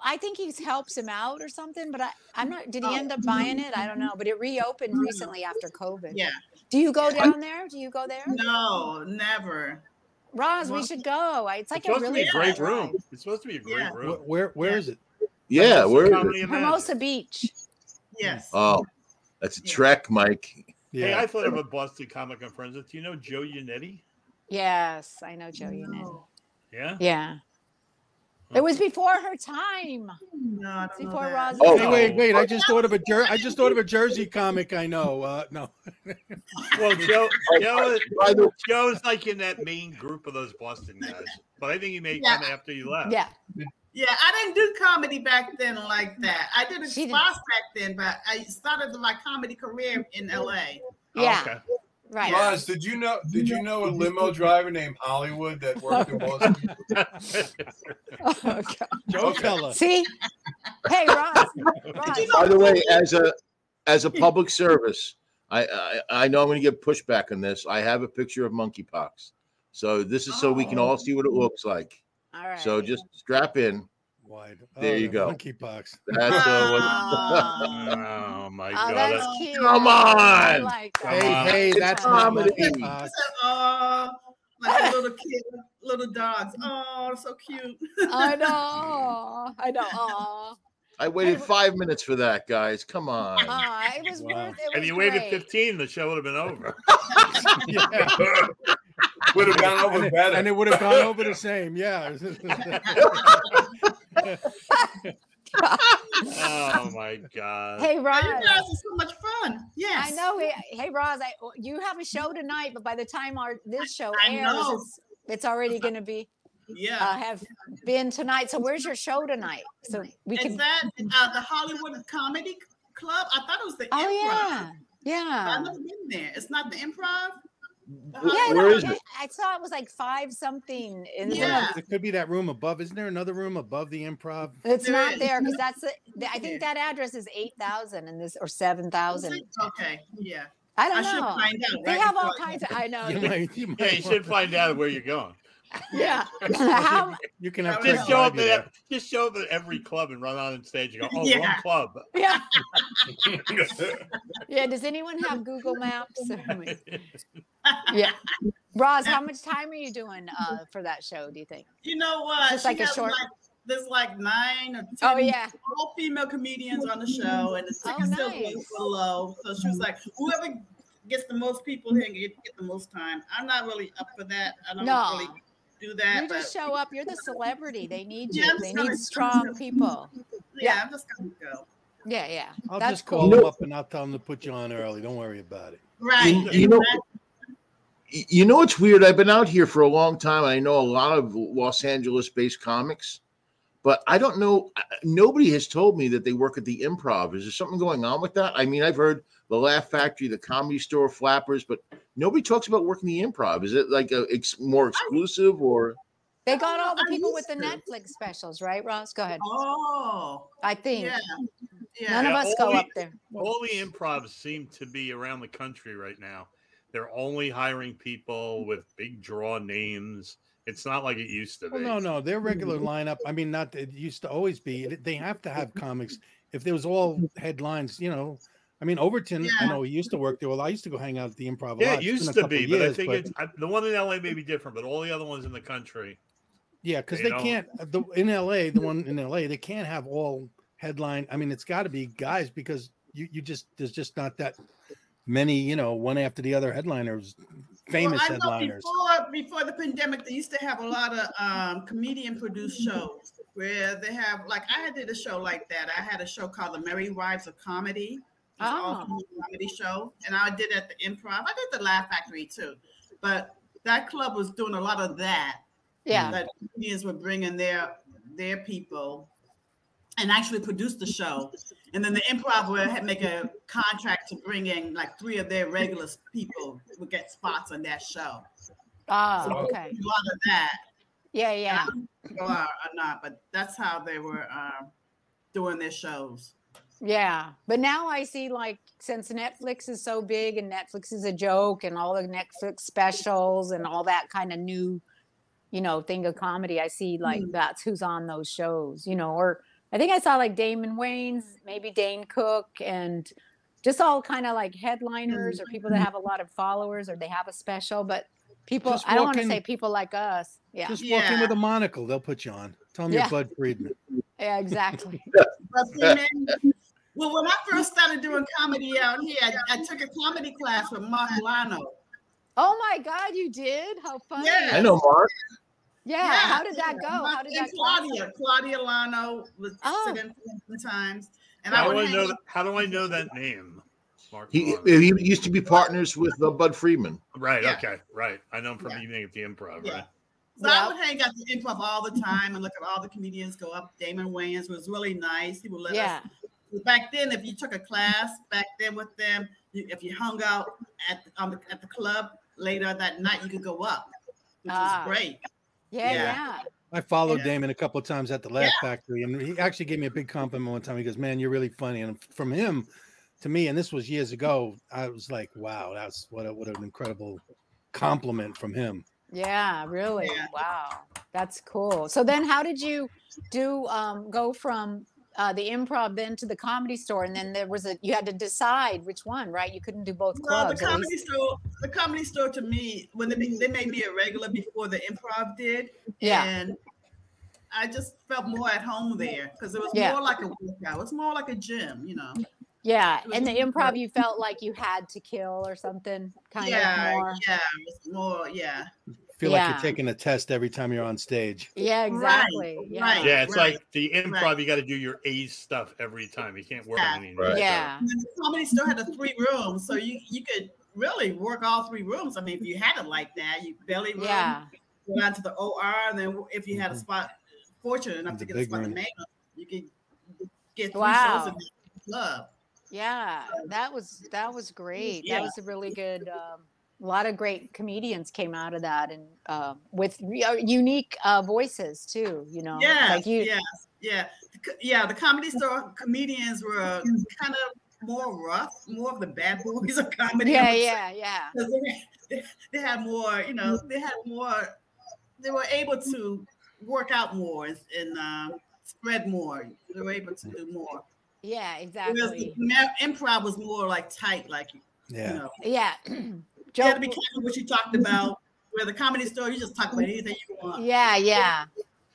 I think he helps him out or something. But I, I'm not. Did he end up buying it? I don't know. But it reopened recently after COVID. Yeah. Do you go down there? Do you go there? No, never. Roz, we Well, should go. I- It's like It's a supposed to really be a great fun ride. room. It's supposed to be a great Yeah. Wh- room. Where where is it? Yeah, where is it? Comedy Imagine. Hermosa Beach. Yes. Oh, that's a trek, Mike. Hey, I thought of a Boston comic on Friends. Do you know Joe Yannetti? Yes, I know Joe Unit. Yeah. Yeah. It was before her time. No, I don't know Before that. Roz. Oh. Hey, wait, wait! I just thought of a jer- I just thought of a Jersey comic. I know. Uh, no, Well, Joe, Joe, By the Joe's like in that main group of those Boston guys, but I think he may come after you left. Yeah. Yeah, I didn't do comedy back then like that. I did a She didn't. spots back then, but I started my comedy career in LA. Oh, Yeah. okay. Right. Roz, did you know? Did you know a limo driver named Hollywood that worked in Boston? Oh, God. Joe Okay. Keller. See? Hey, Roz. Roz. Did you by know the way, as a as a public service, I I, I know I'm going to get pushback on this. I have a picture of monkeypox, so this is so we Oh. can all see what it looks like. All right. So just strap in. Wide. Oh, There you go. Monkeypox. That's uh, what- Oh, Oh my oh, god. that's that- cute. Come I on. like that. Hey, Wow. hey, It's that's not comedy. monkeypox. Oh, like a little kid, little dogs. Oh, so cute. Mm-hmm. I know. I know. Aw. I waited Hey, wh- Uh-huh. five minutes for that, guys. Come on. Aw, it was Wow. worth it. If was you waited great. 15, the show would have been over. Yeah. Would have gone and, over it, better. and it would have gone over the same. Yeah. Oh my god. Hey, Roz. You guys are so much fun. I Yes. know. it- Hey, Roz, I, oh, you have a show tonight, but by the time our this show I airs, know. it's, it's already going to be uh, Yeah. have been tonight. So where's your show tonight? So we Is can. that uh, the Hollywood Comedy Club? I thought it was the Oh improv. yeah, but yeah. I've never been there. It's not the improv. Wh- Yeah, Yeah, where no, is yeah, it? I saw it was like five something. And Yeah. It could be that room above. Isn't there another room above the improv? It's There not is. there because that's the, the- I think that address is eight thousand and this or seven thousand. Okay. Yeah. I I don't should know. find out. They right have all before I- kinds of. I know. You yeah. might, you might yeah, you should want- find out where you're going. Yeah. you, How- you can have Just Craig show up drive you at there. ev- just show up at every club and run on stage and go, oh, wrong Yeah. club. yeah. Yeah. Does anyone have Google Maps? yeah. Roz, how much time are you doing uh, for that show? Do you think? You know what? Just She like a has, short- like- there's like nine or ten Oh yeah. all female comedians on the show, and the Oh, ticket still nice. goes so low. So she was like, whoever gets the most people here can get, get the most time. I'm not really up for that. I don't No. really do that. You but just show up. You're the celebrity. They need Yeah, you. I'm They just gonna- need I'm strong just- people. yeah, yeah. I'm just gonna go. Yeah, yeah. I'll That's just cool. call them up and I'll tell them to put you on early. Don't worry about it. Right. You- you know- exactly. Y- You know it's weird. I've been out here for a long time. I know a lot of Los Angeles-based comics, but I don't know. I- Nobody has told me that they work at the Improv. Is there something going on with that? I mean, I've heard the Laugh Factory, the Comedy Store, Flappers, but nobody talks about working the Improv. Is it like a ex- more exclusive or? They got all the I people with used the to. Netflix specials, right, Ross? Go ahead. Oh, I think yeah. none Yeah. of Yeah, us go only- up there. All the improvs seem to be around the country right now. They're only hiring Mm-hmm. people with big draw names. It's not like it used to be. Well, no, no, their regular lineup. I mean, not that it used to always be. it- They have to have comics. If there was all headlines, you know, I mean, Overton. I Yeah. know he used to work there. Well, I used to go hang out at the Improv. a Yeah, it lot. It's been a used to couple be, of but I years, think it's I, the one in LA may be different, but all the other ones in the country. yeah, because you they know. can't. uh, The in LA, the one in LA, they can't have all headline. I mean, it's got to be guys because you you just there's just not that many. You know, one after the other headliners, famous well, I know headliners. Before, before the pandemic, they used to have a lot of um, comedian produced shows where they have, like, I did a show like that. I had a show called The Merry Wives of Comedy. It's Oh. all female comedy show. And I did it at the improv. I did the Laugh Factory too. But that club was doing a lot of that. Yeah. That comedians were bringing their their people and actually produced the show. And then the improv would ha- make a contract to bring in like three of their regular s- people would get spots on that show. Oh, okay. A lot of that, Yeah, yeah. or, or not, but that's how they were um, doing their shows. Yeah. But now I see like since Netflix is so big and Netflix is a joke and all the Netflix specials and all that kind of new, you know, thing of comedy, I see like Mm. that's who's on those shows, you know, or I think I saw like Damon Wayans, maybe Dane Cook and just all kind of like headliners or people that have a lot of followers or they have a special, but people Just I don't want to walking- say people like us. Yeah. Just walk in Yeah. with a monocle, they'll put you on. Tell them Yeah. you're Bud Friedman. yeah, exactly. But see, man, Well, when I first started doing comedy out here, I, I took a comedy class with Mark Lano. Oh my God, you did? How funny. Yeah. I know Mark. Yeah. how did that go? How did and that Claudia, Claudia Lano was Oh. sitting in times, and I How do would I hang know? How do I know that name? Mark. He, Maron. he used to be partners with uh, Bud Friedman. right. yeah. Okay. Right. I know him from Yeah. evening at the Improv. Yeah. Right. So Yeah. I would hang out at the improv all the time and look at all the comedians go up. Damon Wayans was really nice. He would let Yeah. us back then. If you took a class back then with them, you, if you hung out at on the, at the club later that night, you could go up, which Ah. was great. Yeah. Yeah. Yeah. I followed Yeah. Damon a couple of times at the Laugh Factory, and he actually gave me a big compliment one time. He goes, "Man, you're really funny." And from him to me, and this was years ago, I was like, "Wow, that's what a, what an incredible compliment from him." Yeah, really. Yeah. Wow. That's cool. So then how did you do um go from uh the improv then to the comedy store and then there was a you had to decide which one, right? You couldn't do both Well, the clubs. at least- comedy store, the comedy store to me, when they, they made me a regular before the improv did, yeah. and I just felt more at home there because it was Yeah. more like a workout. It was more like a gym, you know. Yeah. it was And the more- improv you felt like you had to kill or something kind yeah, of more. yeah, it was more, yeah. Feel Yeah. like you're taking a test every time you're on stage. Yeah, Right, exactly. yeah. right. Yeah. It's Right. like the improv. Right. You got to do your A stuff every time. You can't work on any. Right. Yeah. And the comedy store had the three rooms, so you you could really work all three rooms. I mean, if you had it like that, you belly room, Yeah. go down to the OR, and then if you had a Mhm. spot, fortunate enough The to get a big spot in room. the main room, you could get three Wow. shows in the club. Yeah. That was that was great. Mm, Yeah. That was a really good um a lot of great comedians came out of that and um with re- uh, unique uh, voices too, you know. Yes, Like you yes, yeah, The co- yeah. The comedy store comedians were kind of more rough, more of the bad boys of comedy. Yeah, I would say. yeah, yeah. 'Cause They, had- they had more, you know, they had more. They were able to work out more and, and um, spread more. They were able to do more. Yeah, Whereas the exactly. ma- improv was more like tight, like Yeah, you know, Yeah. you had to Joe, be careful what you talked about. Where the comedy store, you just talk about anything you want. yeah, yeah.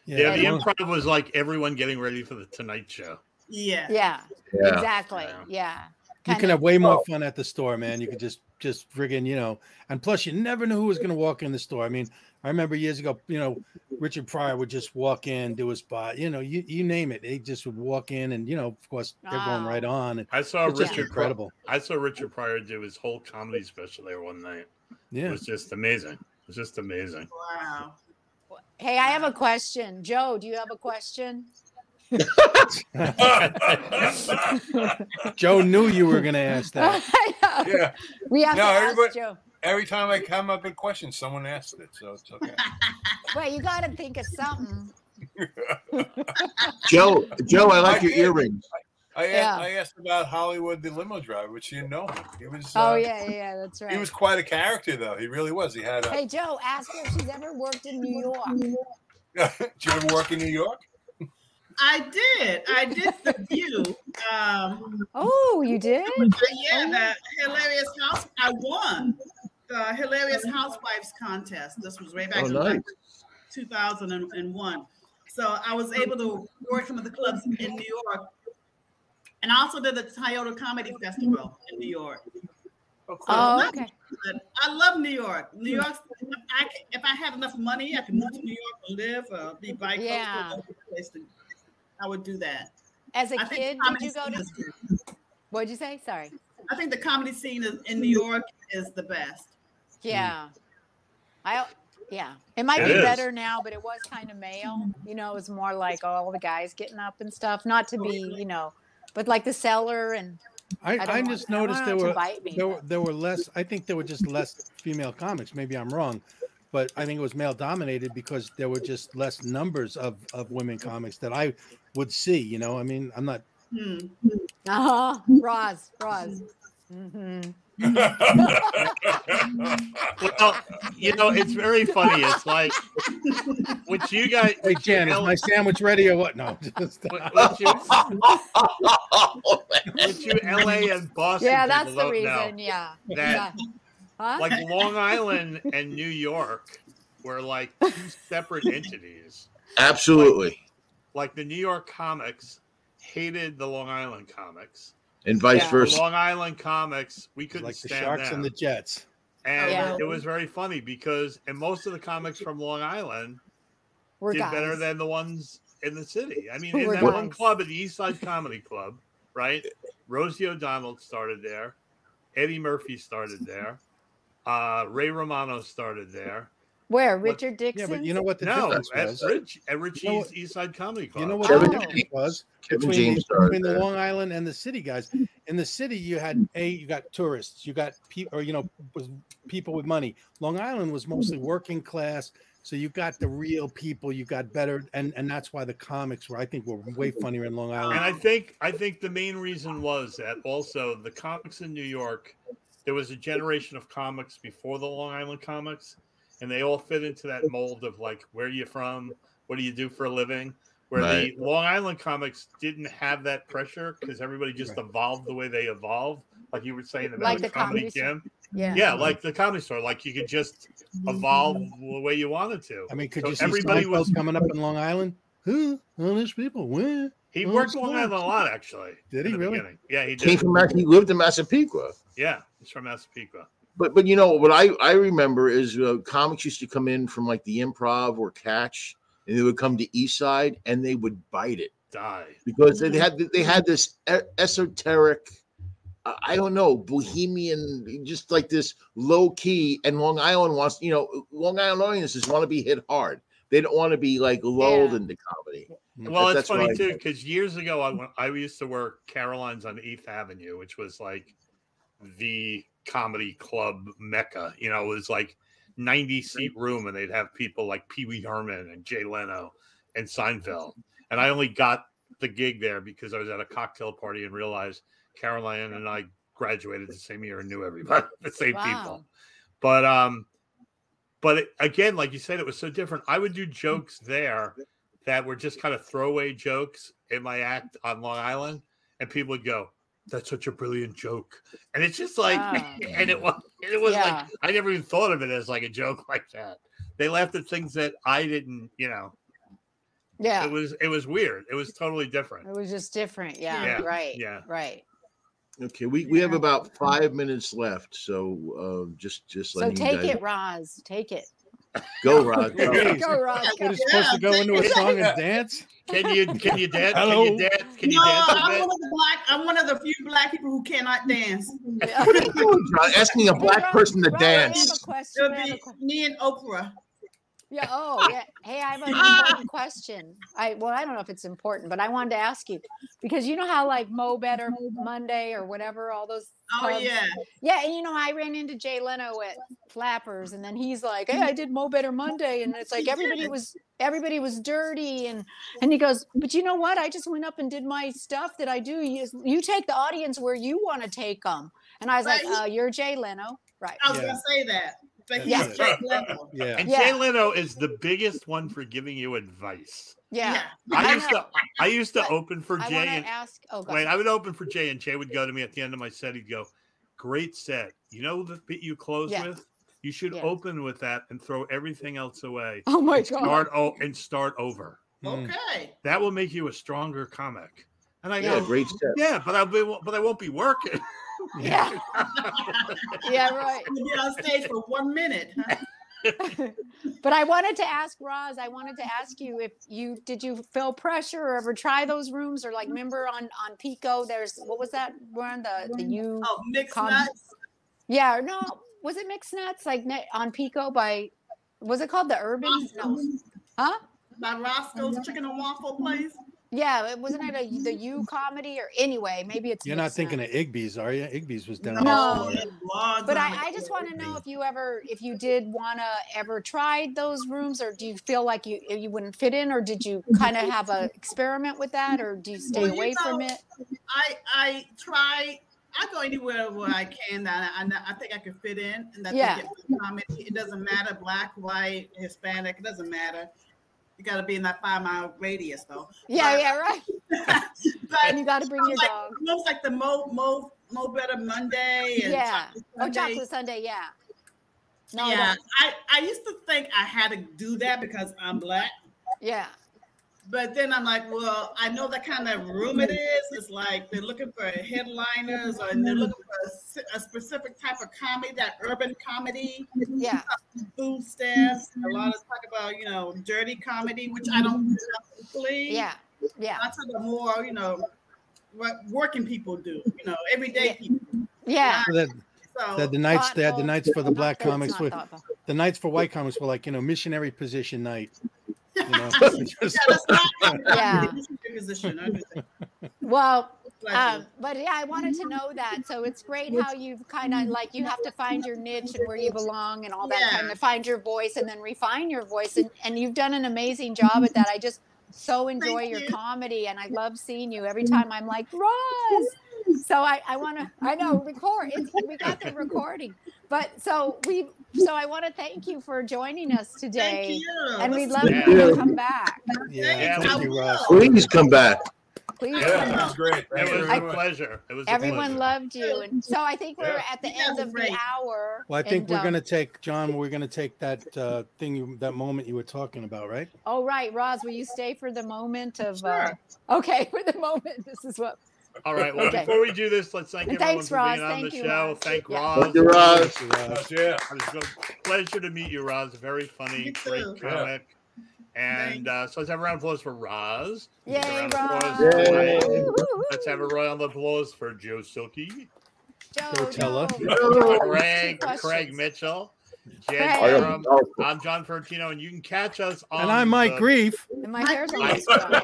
Yeah. come on. The improv was like everyone getting ready for the Tonight Show. Yeah, Yeah. Yeah. Exactly. Yeah. Yeah. you Kinda- can have way more fun at the store, man. You could just just friggin', you know, and plus you never know who was gonna walk in the store. I mean, I remember years ago, you know, Richard Pryor would just walk in, do a spot, you know, you you name it. They just would walk in and you know, of course, they're going Wow. right on. And I saw it's just Oh, Richard. Pryor- incredible. I saw Richard Pryor do his whole comedy special there one night. It Yeah. was just amazing. It was just amazing. wow. Hey, I have a question. Joe, do you have a question? Joe knew you were gonna ask that. I know. yeah. We have No, to everybody- ask Joe. Every time I come up with questions, someone asks it, so it's okay. Wait, you got to think of something. Joe, Joe, I like your earrings. I, a- Yeah. I asked about Hollywood the limo driver, which you know him. He was. Oh uh, yeah, yeah, yeah, that's right. He was quite a character, though. He really was. He had a. Hey Joe, ask her if she's ever worked in New York. Did you ever work in New York? I did. I did the view. Um, Oh, you did? but yeah, the hilarious house. I won the hilarious housewives contest. This was way back Oh, in nice. 2001. So I was able to work some of the clubs in New York, and I also did the Toyota Comedy Festival in New York. Oh, Not okay. But I love New York. New York. I c- if I had enough money, I could move to New York and live or be by Yeah. place. To, I would do that. As a I think kid, did comedy you go scene to? is good. What'd you say? Sorry. Mm. I think the comedy scene is, in New Hmm. York is the best. Yeah. I yeah. It might It be is. better now, but it was kind of male. You know, it was more like all the guys getting up and stuff. Not to be, you know, but like the cellar and I, I don't I, want- just I don't noticed want there it to were bite me, there but- were there were less. I think there were just less female comics. Maybe I'm wrong, but I think it was male dominated because there were just less numbers of of women comics that I would see. You know, I mean, I'm not. Hmm. uh-huh. Roz, Roz. hmm Well, you know, it's very funny. It's like what you guys, Hey Jan, is my sandwich ready or what? No, just what, what you, yeah, what you LA and Boston. Yeah, that's people the don't know reason. Yeah. that yeah. Huh? like Long Island and New York were like two separate entities. absolutely. Like the New York comics hated the Long Island comics. and vice Yeah. The versa. Long Island comics, we couldn't like the stand Sharks them. and the Jets. And Yeah. it was very funny because, and most of the comics from Long Island We're did guys. better than the ones in the city. I mean, Who in were that one guys. club at the East Side Comedy Club, right? Rosie O'Donnell started there. Eddie Murphy started there. Uh, Ray Romano started there. Where Richard Dixon? Yeah, but you know what the no, difference at, was? Rich, at Richie's You know what- East Side Comedy Club. You know what Kevin the difference James. was Kevin between, James the, between started the there. Long Island and the city guys? In the city, you had a you got tourists, you got people, or you know, was people with money. Long Island was mostly working class, so you got the real people. You got better, and and that's why the comics were, I think, were way funnier in Long And I Island. think I think the main reason was that also the comics in New York, there was a generation of comics before the Long Island comics, and they all fit into that mold of like where are you from, what do you do for a living. Where Right. the Long Island comics didn't have that pressure because everybody just Right. evolved the way they evolved, like you were saying about Like the the comedy comedy store. gym. yeah. Yeah, like the comedy store, like you could just evolve the way you wanted to. I mean, could So you see everybody everybody was- coming up in Long Island? Who? All these people? Where? He Oh, worked that's Long nice. Island a lot, actually. in Did he the really? beginning. Yeah, he Came did. from Mas- he lived in Massapequa. Yeah, he's from Massapequa. But but you know what I I remember is uh, comics used to come in from like the Improv or Catch, and they would come to East Side and they would bite it Die. because Mm-hmm. they had they had this e- esoteric. uh, I don't know, bohemian, just like this low key, and Long Island wants, you know, Long Island audiences want to be hit hard. They don't want to be like lulled Yeah. into comedy. Well, That- it's that's what funny I too think. because years ago I went, I used to work Caroline's on Eighth Avenue, which was like the comedy club mecca. You know, it was like ninety seat room, and they'd have people like Pee Wee Herman and Jay Leno and Seinfeld. And I only got the gig there because I was at a cocktail party and realized Caroline and I graduated the same year and knew everybody, the same people. Wow. But um, but it, again, like you said, it was so different. I would do jokes there that were just kind of throwaway jokes in my act on Long Island, and people would go, "That's such a brilliant joke," and it's just like, Wow. and it was, it was like Yeah. I never even thought of it as like a joke like that. They laughed at things that I didn't, you know. Yeah. It was it was weird. It was totally different. It was just different. Yeah. Yeah, Right. yeah. Right. Okay, we, we have Yeah. about five minutes left, so uh, just just So let take it, Roz. Take it. go, Rod. Go, go. Go, Roz. What is Yeah, supposed to go into a thank you. song and dance? Can you can you dance? Can Hello? you dance? Can you No, dance a I'm bit? one of the black. I'm one of the few black people who cannot dance. What are you doing, John? Asking a Hey, black Roz, person to Roz, I have dance. a question. It'll I have a be que- me and Oprah. yeah. Oh, yeah. Hey, I have an important question. I well, I don't know if it's important, but I wanted to ask you because you know how like Mo Better Monday or whatever, all those. Oh clubs- yeah. Yeah, and you know, I ran into Jay Leno at Flappers, and then he's like, "Hey, I did Mo Better Monday," and it's like everybody was everybody was dirty, and and he goes, "But you know what? I just went up and did my stuff that I do. You, you take the audience where you want to take them." And I was like, Right. uh, "You're Jay Leno, right?" I was Yeah. gonna say that. But he's Yeah. Jake Level. Yeah. And Yeah. Jay Leno is the biggest one for giving you advice. Yeah, I I used to I used to open for I Jay want and to ask. Oh, God. wait, I would open for Jay and Jay would go to me at the end of my set. He'd go, "Great set. You know the bit you close Yeah. with. You should Yeah. open with that and throw everything else away. oh my and God. start o- and start over. Mm. Okay. That will make you a stronger comic." And I Yeah, go, great step. "Yeah, but I'll be but I won't be working." Yeah, yeah, right. You'll be on stage for one minute. huh? but I wanted to ask Roz, I wanted to ask you if you did you feel pressure or ever try those rooms or like remember on on Pico there's what was that one the the you Oh, mixed Con- nuts. yeah or no was it mixed nuts like ne- on Pico by was it called the Urban no huh Uh-huh. By Roscoe's Chicken and Waffle Place. yeah it wasn't it a, the you comedy or anyway maybe it's You're not Mixed thinking Nuts. of Igby's, are you? Igby's was down. No. in No. Florida. Long Oh. But time I, I ago. just want to know if you ever, if you did want to ever try those rooms, or do you feel like you you wouldn't fit in, or did you kind of have a experiment with that, or do you stay Well, you away from know- it? I I try. I go anywhere where I can that I, I, I think I can fit in, and that Yeah. yeah. comedy. It doesn't matter, black, white, Hispanic. It doesn't matter. You got to be in that five mile radius though. Yeah, But- yeah, right. But And you got to bring your like, dog. most like the Mo Mo Mo Better Monday. And Yeah. Chocolate Oh, Sunday. chocolate Sunday. Yeah. No. yeah, that- I, I used to think I had to do that because I'm black, Yeah. But then I'm like, well, I know the kind of room it is. It's like they're looking for headliners or they're looking for a s- a, specific type of comedy, that urban comedy. Yeah. Food stamps. A lot of talk about, you know, dirty comedy, which I don't really. Yeah. Yeah. I talk about more, you know, what working people do, you know, everyday people. Yeah. So that, So that the nights they had the Thoughtful. nights for the black Thoughtful, comics it's were not thoughtful. the nights for white comics were like you know missionary position night. You know, yeah, that's not, Yeah. Position, I understand. Well, Like, um, but yeah, I wanted to know that. So it's great how you've kind of like you have to find your niche and where you belong and all that Yeah. kind of find your voice and then refine your voice. And, and you've done an amazing job at that. I just so enjoy Thank your you. Mm-hmm. comedy and I love seeing you every time I'm like, Roz. So I, I want to, I know, record. It's, we got the recording. But so we, so I want to thank you for joining us Thank today. you. And we'd This- love Yeah. for you to come back. yeah, Yeah, thank I you, will. Ross. Please come back. Please Yeah, it was great. Thank It you was very a much. pleasure. It was a Everyone pleasure. loved you, and so I think we're Yeah. at the You guys end are of great. the hour. Well, I think and, we're um, gonna take John. We're gonna take that uh, thing, you, that moment you were talking about, right? Oh right, Roz, will you stay for the moment of? Uh, Sure. okay, for the moment, this is what. All right. Well, Okay. before we do this, let's thank And everyone thanks, for Roz. being on Thank the you, show. Roz. Thank Yeah. Roz. Thank you, Roz. Thank you, Roz. Yeah. It was a pleasure to meet you, Roz. Very funny, You great too. Yeah. comic. And uh, so let's have a round of applause for Roz. Let's have a Yay, round of Roz! applause for Yay. Ryan. Woo-hoo-hoo. Let's have a round of applause for Joe Silky, Joe, Go tell her. Joe. Oh. Craig, Questions. Craig Mitchell, Jed Craig. I am Durham. powerful. I'm John Fertino, and you can catch us on. And I might the- grieve. And my hair's I- almost done.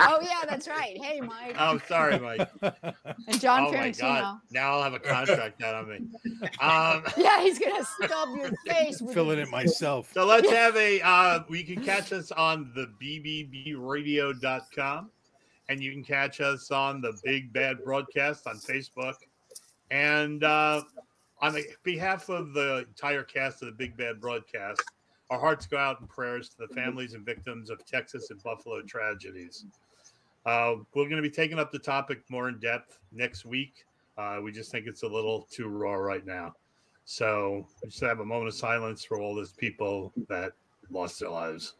Oh yeah, that's right. Hey, Mike Oh, sorry, Mike. and John oh my God! Ferrantino. Now I'll have a contract out on me. Um, Yeah, he's gonna stub your face with Filling it myself. So let's have a. Uh, you can catch us on the BBBradio.com, and you can catch us on the Big Bad Broadcast on Facebook, and uh, on the, behalf of the entire cast of the Big Bad Broadcast, our hearts go out in prayers to the families and victims of Texas and Buffalo tragedies. Uh, we're going to be taking up the topic more in depth next week. Uh, we just think it's a little too raw right now. So we just have a moment of silence for all those people that lost their lives.